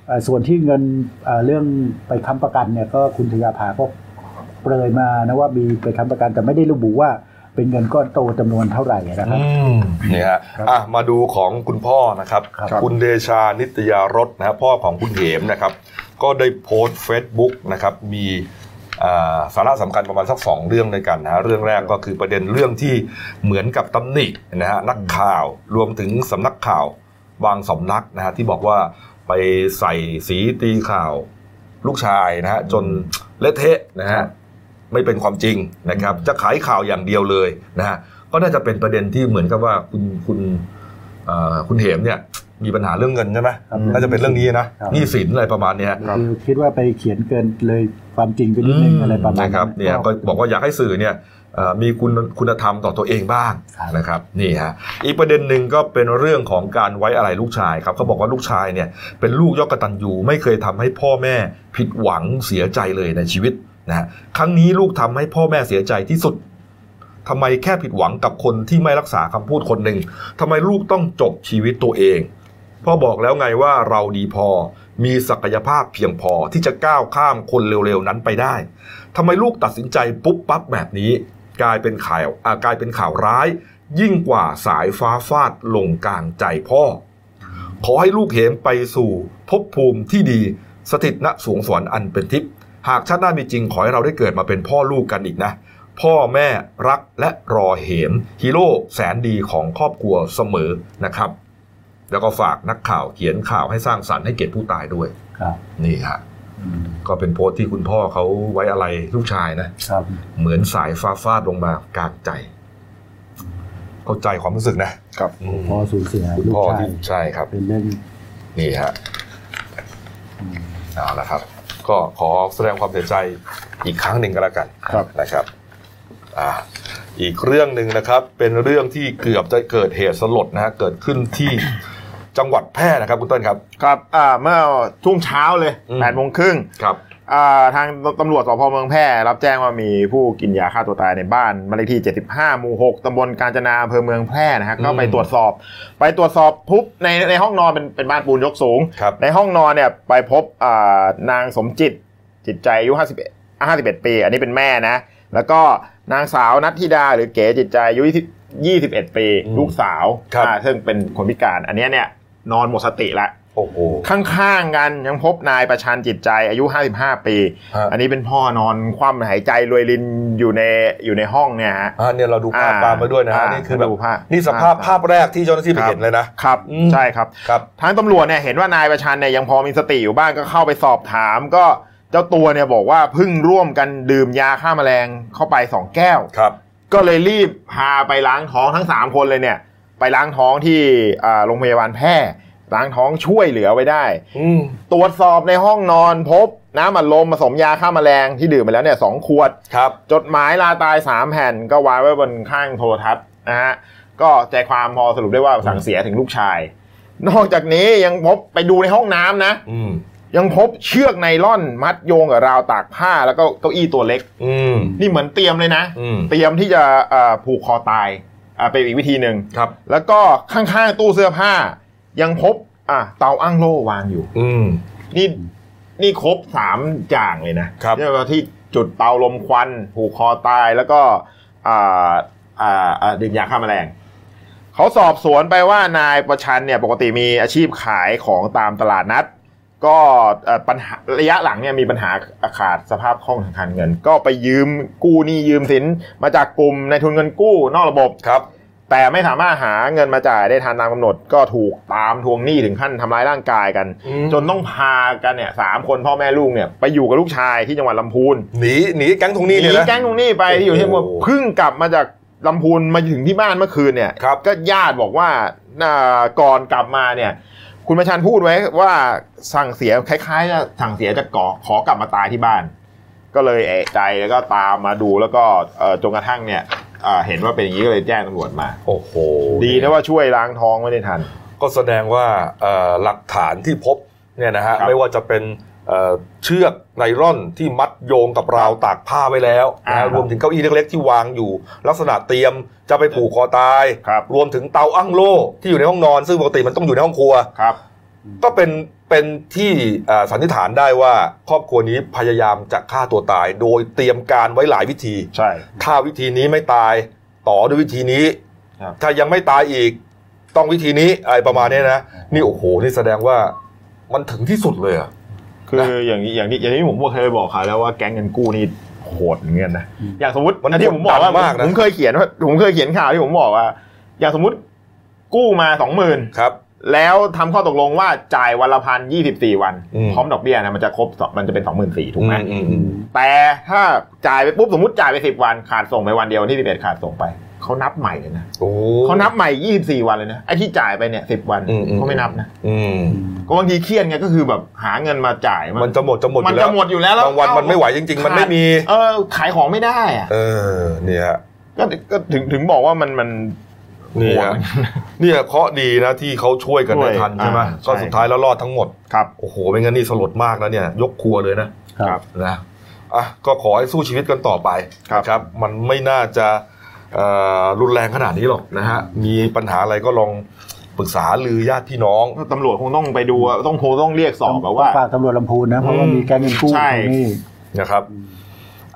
เอ่อส่วนที่เงินเอ่อเรื่องไปค้ำประกันเนี่ยก็คุณธยาภาก็เปรยมานะว่ามีไปค้ำประกันแต่ไม่ได้ระบุว่าเป็นเงินก้อนโตจำนวนเท่าไหร่นะครับ อืมนี่ฮะอ่ะมาดูของคุณพ่อนะครับ ครับ คุณเดชานิตยารสนะครับพ่อของคุณเหมนะครับ ก็ได้โพสต์เฟซบุ๊กนะครับมีอ่าสาระสำคัญประมาณสักสองเรื่องด้วยกันนะฮะเรื่องแรกก็คือประเด็นเรื่องที่เหมือนกับตำหนินะฮะนักข่าวรวมถึงสำนักข่าวบางสำนักนะฮะที่บอกว่าไปใส่สีตีข่าวลูกชายนะฮะจนเละเทะนะฮะ ไม่เป็นความจริงนะครับ จะขายข่าวอย่างเดียวเลยนะฮะก็น่าจะเป็นประเด็นที่เหมือนกับว่าคุณคุณเอ่อคุณเหมเนี่ย มีปัญหาเรื่องเงินใช่ไหม ครับ น่าจะเป็นเรื่องนี้นะครับ หนี้สินอะไรประมาณเนี้ย ครับ คือคิดว่าไปเขียนเกินเลยความจริงไปนิดนึงอะไรประมาณ นะครับเนี่ยก็บอกว่าอยากให้สื่อเนี่ยเอ่อมีคุณคุณธรรมต่อตัวเองบ้างนะครับนี่ฮะอีกประเด็นหนึ่งก็เป็นเรื่องของการไว้อะไรลูกชายครับเขาบอกว่าลูกชายเนี่ยเป็นลูกยอกกตัญญูไม่เคยทำให้พ่อแม่ผิดหวังเสียใจเลยในชีวิตนะฮะครั้งนี้ลูกทำให้พ่อแม่เสียใจที่สุดทำไมแค่ผิดหวังกับคนที่ไม่รักษาคำพูดคนหนึ่งทำไมลูกต้องจบชีวิตตัวเอง พ่อบอกแล้วไงว่าเราดีพอ มีศักยภาพเพียงพอที่จะก้าวข้ามคนเร็วๆนั้นไปได้ ทำไมลูกตัดสินใจปุ๊บปั๊บแบบนี้ กลายเป็นข่าวอ่ากลายเป็นข่าวร้าย ยิ่งกว่าสายฟ้าฟาดลงกลางใจพ่อ ขอให้ลูกเหมไปสู่ภพภูมิที่ดี สถิตณสวงสวรรค์อันเป็นทิพย์หากชาติหน้ามีจริงขอให้เราได้เกิดมาเป็นพ่อลูกกันอีกนะ พ่อแม่รักและรอเหมฮีโร่แสนดีของครอบครัวเสมอนะครับ แล้วก็ฝากนักข่าวเขียนข่าวให้สร้างสรรค์ให้เกียรติผู้ตายด้วย ครับ นี่ฮะ อืม ก็เป็นโพสต์ที่คุณพ่อเขาไว้อะไรลูกชายนะ ครับ เหมือนสายฟ้าฟาดลงมากลางใจ เข้าใจความรู้สึกนะครับ อืม พอสูญเสียลูก พ่อ ชาย ที่ใช่ครับ เป็นเรื่อง นี่ฮะ อืม เอาละครับ ก็ขอแสดงความเสียใจอีกครั้งหนึ่งก็แล้วกัน ครับ นะครับอ่าอีกเรื่องหนึ่งนะครับ เป็นเรื่องที่เกือบจะเกิดเหตุสลดนะฮะเกิดขึ้นที่จังหวัดแพร่นะครับคุณเต้นครับ ครับอ่าเมื่อช่วงเช้าเลย อืม 8ปดโมงครึ่ง ครับ อ่าทางตำรวจสพเมืองแพร่รับแจ้งว่ามีผู้กินยาฆ่าตัวตายในบ้านบ้านเลขที่ 75 หมู่ 6ตำบลกาญจนาอำเภอเมืองแพร่นะฮะก็ไป อืม ตรวจสอบ ไปตรวจสอบปุ๊บในในห้องนอนเป็นเป็นบ้านปูนยกสูง ครับ ในห้องนอนเนี่ยไปพบอ่านางสมจิต จิตใจอายุ51 51 ปี อันนี้เป็นแม่นะ แล้วก็นางสาวนัทธิดาหรือเก๋จิตใจอายุ20 21 ปี อืม ลูกสาว ครับ อ่าซึ่งเป็นคนพิการ อันเนี้ยเนี่ยนอนหมดสติละ โอ้โห ข้างๆกันยังพบนายประชันจิตใจอายุ 55 ปี ฮะ อันนี้เป็นพ่อนอนคว่ำหายใจรวยรินอยู่ในอยู่ในห้องเนี่ยฮะ อ่าเนี่ยเราดูภาพตามมาด้วยนะฮะ อ่า นี่คือแบบ ดูภาพ นี่สภาพภาพแรกที่เจ้าหน้าที่ไปเห็นเลยนะ ครับ อืม ใช่ครับ ครับ ทางตำรวจเนี่ยเห็นว่านายประชันเนี่ยยังพอมีสติอยู่บ้างก็เข้าไปสอบถาม ก็เจ้าตัวเนี่ยบอกว่าเพิ่งร่วมกันดื่มยาฆ่าแมลงเข้าไปสองแก้ว ครับ ก็เลยรีบพาไปล้างท้องทั้งสามคนเลยเนี่ย ไปล้างท้องที่อ่าโรงพยาบาลแพทย์ล้างท้องช่วยเหลือไว้ได้ อืม ตรวจสอบในห้องนอนพบน้ำอัดลมผสมยาฆ่าแมลงที่ดื่มไปแล้วเนี่ยสองขวด ครับ จดหมายลาตาย 3 แผ่นก็วางไว้บนข้างโทรทัศน์นะฮะก็ใจความพอสรุปได้ว่าสั่งเสียถึงลูกชาย นอกจากนี้ยังพบไปดูในห้องน้ำนะ อืม ยังพบเชือกไนล่อนมัดโยงกับราวตากผ้าแล้วก็เก้าอี้ตัวเล็ก อืม นี่เหมือนเตรียมเลยนะ อืม เตรียมที่จะเอ่อผูกคอตายอ่าเป็นอีกวิธีหนึ่ง ครับ แล้วก็ข้างๆตู้เสื้อผ้า ยังพบอ่ะเตาอ้างโล่วางอยู่ อืม นี่นี่ครบสามอย่างเลยนะครับ เรียกว่าที่จุดเตาลมควันผูกคอตายแล้วก็อ่าอ่าอ่าดื่มยาฆ่าแมลงเขาสอบสวนไปว่านายประชันเนี่ยปกติมีอาชีพขายของตามตลาดนัด ก็เอ่อปัญหาระยะหลังเนี่ยมีปัญหาขาดสภาพคล่องทางการเงิน ก็ไปยืมกู้หนี้ยืมสินมาจากกลุ่มในายทุนเงินกู้นอกระบบ ครับ แต่ไม่สามารถหาเงินมาจ่ายได้ทันตามกำหนด ก็ถูกตามทวงหนี้ถึงขั้นทำร้ายร่างกายกัน อืม จนต้องพากันเนี่ยสามคนพ่อแม่ลูกเนี่ยไปอยู่กับลูกชายที่จังหวัดลำพูน หนีหนีแก๊งทวงหนี้เนี่ย ห นะ แก๊งตรงหนี้ไปที่อยู่ที่ลำพูน โอ้โห เพิ่งกลับมาจากลำพูนมาถึงที่บ้านเมื่อคืนเนี่ย ครับ ก็ญาติบอกว่าอ่าก่อนกลับมาเนี่ย คุณประชันพูดไว้ว่าสั่งเสียคล้ายๆจะสั่งเสียจะก่อขอกลับมาตายที่บ้าน ก็เลยเอะใจแล้วก็ตามมาดูแล้วก็เอ่อจนกระทั่งเนี่ยเอ่อเห็นว่าเป็นอย่างนี้ก็เลยแจ้งตำรวจมา โอ้โห ดีนะว่าช่วยล้างท้องไม่ได้ทัน ก็แสดงว่าเอ่อหลักฐานที่พบเนี่ยนะฮะ ครับ ไม่ว่าจะเป็นเอ่อเชือกไนล่อนที่มัดโยงกับราวตากผ้าไว้แล้วนะ อ่าครั ฮะ บ รวมถึงเก้าอี้เล็กๆที่วางอยู่ ลักษณะเตรียมจะไปผูกคอตาย ครับ รวมถึงเตาอั้งโล่ที่อยู่ในห้องนอน ซึ่งปกติมันต้องอยู่ในห้องครัว ครับ ก็เป็นเป็นที่เอ่อสันนิษฐานได้ว่าครอบครัวนี้พยายามจะฆ่าตัวตาย โดยเตรียมการไว้หลายวิธี ใช่ ถ้าวิธีนี้ไม่ตายต่อด้วยวิธีนี้ ครับ ถ้ายังไม่ตายอีก ต้องวิธีนี้อะไรประมาณนี้นะ นี่โอ้โห นี่แสดงว่ามันถึงที่สุดเลยอะ คืออย่างนี้อย่างนี้อย่างที่ผมเคยบอกเขาแล้วว่าแก๊งเงินกู้นี่โหดเหมือนกันนะ อืม อย่างสมมติ มัน อัที่ผมบอกว่า โหดมากนะ ผมเคยเขียนว่าผมเคยเขียนข่าวที่ผมบอกว่า อย่างสมมติกู้มาสองหมื่น ครับ แล้วทำข้อตกลงว่าจ่ายวันละพันยี่สิบสี่วัน อืม พร้อมดอกเบี้ยนะมันจะครบสองมันจะเป็นสองหมื่นสี่ถูกไหม อืม แต่ถ้าจ่ายไปปุ๊บสมมติจ่ายไปสิบวันขาดส่งไปวันเดียววันที่สิบเอ็ดขาดส่งไป เขานับใหม่เลยนะ โอ้ เขานับใหม่ 24 วันเลยนะไอ้ที่จ่ายไปเนี่ย10 วัน อืมอืม เขาไม่นับนะ อืม ก็บางทีเครียดไงก็คือแบบหาเงินมาจ่าย มันจะหมดจะหมดอ มัน ยู่แล้ จะ ว หมดอยู่แล้วแล้ บางวันมันไม่ไหวจริง ๆ มันไม่มี เออขายของไม่ได้อะ เออเนี่ยฮะ ก็ก็ถึงถึงบอกว่ามันมัน เนี่ยฮะเนี่ยเคราะห์ดีนะที่เขาช่วยกันได้ทัน ช่วย ใช่ไหม อ่า ก็ ใช่ สุดท้ายแล้วรอดทั้งหมด ครับ โอ้โหไม่งั้นนี่สลดมากแล้วเนี่ย ยกครัวเลยนะครับ นะอ่ะก็ขอให้สู้ชีวิตกันต่อไป ครับ นะครับ มันไม่น่าจะเอ่อรุนแรงขนาดนี้หรอกนะฮะมีปัญหาอะไรก็ลองปรึกษาลือญาติพี่น้อง ตำรวจคงต้องไปดูอะต้องโทรต้องเรียกสอบแบบว่า ฝากตำรวจลำพูนนะ เพราะว่ามีแก๊งเงินกู้ ใช่ อยู่นี่ นะครับ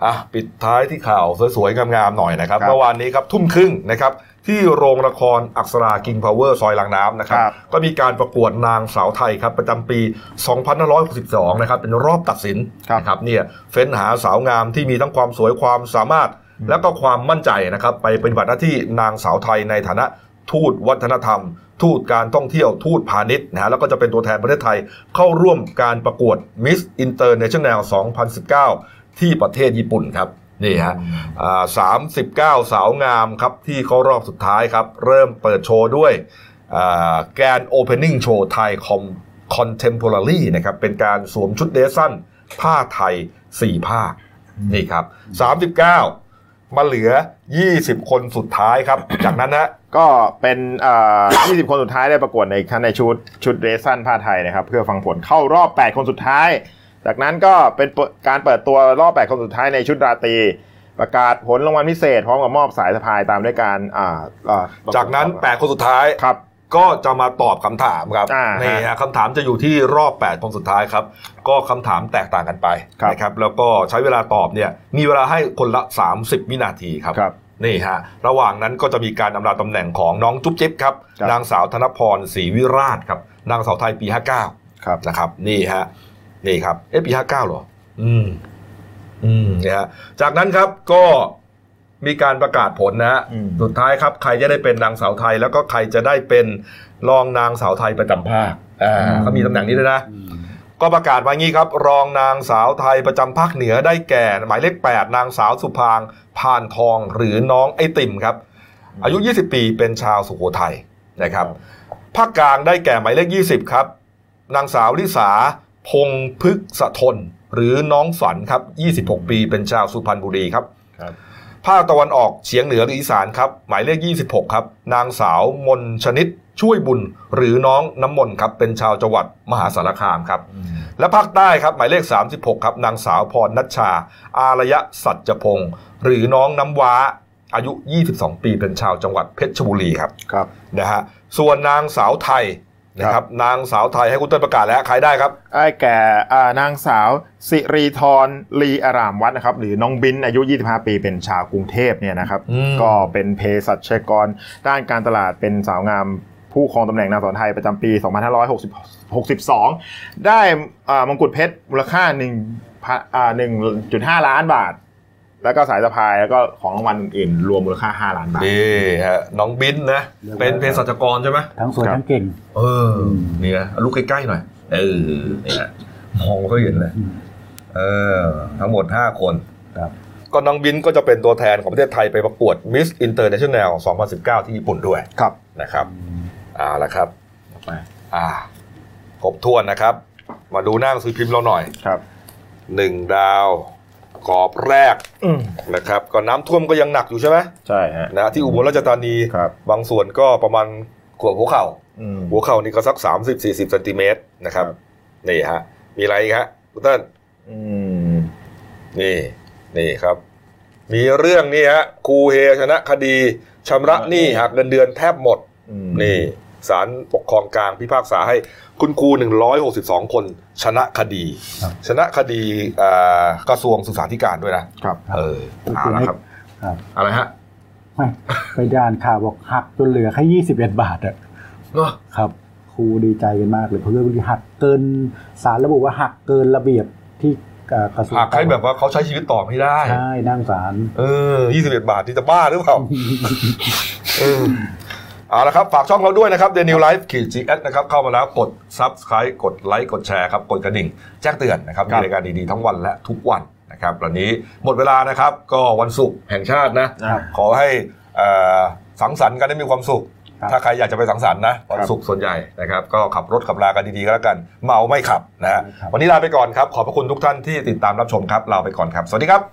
อ่ะ ปิดท้ายที่ข่าวสวยๆ งามๆ หน่อยนะครับ ครับ เมื่อวานนี้ครับทุ่มครึ่งนะครับ ที่โรงละครอักษรากิงพาวเวอร์ซอยลางน้ำนะครับ ครับ ก็มีการประกวดนางสาวไทยครับ ประจำปี 2562 นะครับ เป็นรอบตัดสินนะครับเนี่ยเฟ้นหาสาวงามที่มีทั้งความสวยความสามารถ และก็ความมั่นใจนะครับ ไปปฏิบัติหน้าที่นางสาวไทยในฐานะ ทูตวัฒนธรรม ทูตการท่องเที่ยวทูตพาณิชย์นะฮะแล้วก็จะเป็นตัวแทนประเทศไทยเข้าร่วมการประกวด Miss International 2019 ที่ประเทศญี่ปุ่นครับนี่ฮะสามสิบเก้า39 สาวงามครับที่เข้ารอบสุดท้ายครับ เริ่มเปิดโชว์ด้วยแกนโอเพนนิ่งโชว์ไทยคอมคอนเทมพอร์รี่นะครับเป็นการสวมชุดเดรสสั้น ผ้าไทย 4 ผ้านี่ครับ 39 มาเหลือ 20 คนสุดท้ายครับ จากนั้นฮะ ก็เป็นเอ่อ20 คนสุดท้ายได้ประกวดในในชุดชุดเรสซันผ้าไทยนะครับ เพื่อฟังผลเข้ารอบ 8 คนสุดท้าย จากนั้นก็เป็นเปิดการเปิดตัวรอบ 8 คนสุดท้ายในชุดราตรีประกาศผลรางวัลพิเศษพร้อมกับมอบสายสะพายตามด้วยการอ่าอ่ จากนั้น 8 คนสุดท้าย ครับ ก็จะมาตอบคำถามครับ อ่า นี่ฮะคำถามจะอยู่ที่รอบ 8 คนสุดท้ายครับ ก็คำถามแตกต่างกันไป ครับ นะครับแล้วก็ใช้เวลาตอบเนี่ยมีเวลาให้คนละ 30 วินาทีครับ ครับ นี่ฮะ ระหว่างนั้นก็จะมีการอำลาตำแหน่งของน้องจุ๊บจิ๊บครับ ครับ นางสาวธนพรศรีวิราชครับ นางสาวไทยปี 59 ครับ นะครับ นี่ฮะ นี่ครับ เอ๊ะปี 59เหรอ อืม อืมเนี่ยฮะ จากนั้นครับก็มีการประกาศผลนะฮะ อืม สุดท้ายครับ ใครจะได้เป็นนางสาวไทย แล้วก็ใครจะได้เป็นรองนางสาวไทยประจำภาค อ่าเขามีตำแหน่งนี้ด้วยนะ ก็ประกาศว่างี้ครับ รองนางสาวไทยประจำภาคเหนือได้แก่ หมายเลข 8 นางสาวสุพางค์พานทองหรือน้องไอติมครับ อายุ 20 ปีเป็นชาวสุโขทัยนะครับภาคกลางได้แก่หมายเลข 20 ครับ นางสาวลิสาพงษ์พฤกษทน หรือน้องฝันครับ 26 ปีเป็นชาวสุพรรณบุรีครับ ครับ ภาคตะวันออกเฉียงเหนือหรืออีสานครับ หมายเลข 26 ครับ นางสาวมนชนิดช่วยบุญ หรือน้องน้ำมนต์ครับ เป็นชาวจังหวัดมหาสารคามครับ และภาคใต้ครับ หมายเลข 36 ครับ นางสาวพรนัชชา อารยะสัจพงศ์หรือน้องน้ำว้า อายุ 22 ปีเป็นชาวจังหวัดเพชรบุรีครับ ครับ นะฮะส่วนนางสาวไทยนะครับนางสาวไทยให้คุณเต้นประกาศแล้วใครได้ครับ ไอ้แก่อ่านางสาวสิรีธรลีอารามวัดนะครับ หรือน้องบินอายุ 25 ปีเป็นชาวกรุงเทพเนี่ยนะครับ อืม ก็เป็นเภสัชกร ด้านการตลาดเป็นสาวงามผู้ครองตำแหน่งนางสาวไทยประจำปี 2562 ได้อ่ามงกุฎเพชรมูลค่า1พันอ่า1.5 ล้านบาท แล้วก็สายสะพายแล้วก็ของรางวัลอื่นๆรวมมูลค่า 5 ล้านบาท นี่ฮะน้องบิ้นนะ เป็นเภสัชกรใช่ไหม ทั้งสวย ครับ ทั้งเก่ง เออเนี่ยลูกใกล้ๆหน่อย เออเนี่ยมองก็เห็นเลย อืม เออ ทั้งหมด 5 คน ครับ ก็น้องบินก็จะเป็นตัวแทนของประเทศไทยไปประกวด Miss International 2019 ที่ญี่ปุ่นด้วย ครับ นะครับอ่าละครับอ่าครบถ้วนนะครับ มาดูหน้าหนังสือพิมพ์เราหน่อย ครับ หนึ่งดาวกรอบแรก อืม นะครับ ก็น้ำท่วมก็ยังหนักอยู่ใช่ไหม ใช่ฮะ นะที่อุบลราชธานี ครับ บางส่วนก็ประมาณขวบหัวเข่า อืม หัวเข่านี่ก็สัก 30 40เซนติเมตรนะครับ ครับ นี่ฮะ มีอะไรอีกฮะคุณเต้น อืม นี่นี่ครับ มีเรื่องนี่ฮะครูเฮชนะคดีชำระหนี้หักเงินเดือนแทบหมด อืม นี่ศาลปกครองกลางพิพากษาให้คุณครู 162 คนชนะคดี ครับ ชนะคดีอ่ากระทรวงศึกษาธิการด้วยนะครับ เออเอาละครับ ครับ อะไรฮะ ไม่ไปดานข่าวบอกหักจนเหลือแค่ยี่สิบเอ็ดบาทอะ เนอะ ครับครูดีใจกันมากเลยเพราะเรื่องนี้หักเกินสารระบุว่าหักเกินระเบียบที่เอ่อกระทรวง หากใครแบบว่าเขาใช้ชีวิตต่อไม่ได้ ใช่นั่งศาล เออยี่สิบเอ็ดบาทที่จะบ้าหรือเป ล่า เออเอาละครับ ฝากช่องเราด้วยนะครับ The New Life ขีด GS นะครับ เข้ามาแล้วกด Subscribe กดไลค์กดแชร์ครับ กดกระดิ่ง แจ้งเตือนนะครับ ค มี รับ รายการดี ๆ ทั้งวันและทุกวันนะครับ วันนี้หมดเวลานะครับ ก็วันศุกร์แห่งชาตินะ ครับ ขอให้ เอ่อสังสรรค์กันได้มีความสุข ครับ ถ้าใครอยากจะไปสังสรรค์นะวันศุกร์ส่วนใหญ่นะครับก็ขับรถขับรากันดีๆก็แล้วกัน เมาไม่ขับนะฮะวันนี้ลาไปก่อนครับ ขอบพระคุณทุกท่านที่ติดตามรับชมครับลาไปก่อนครับ สวัสดีครับ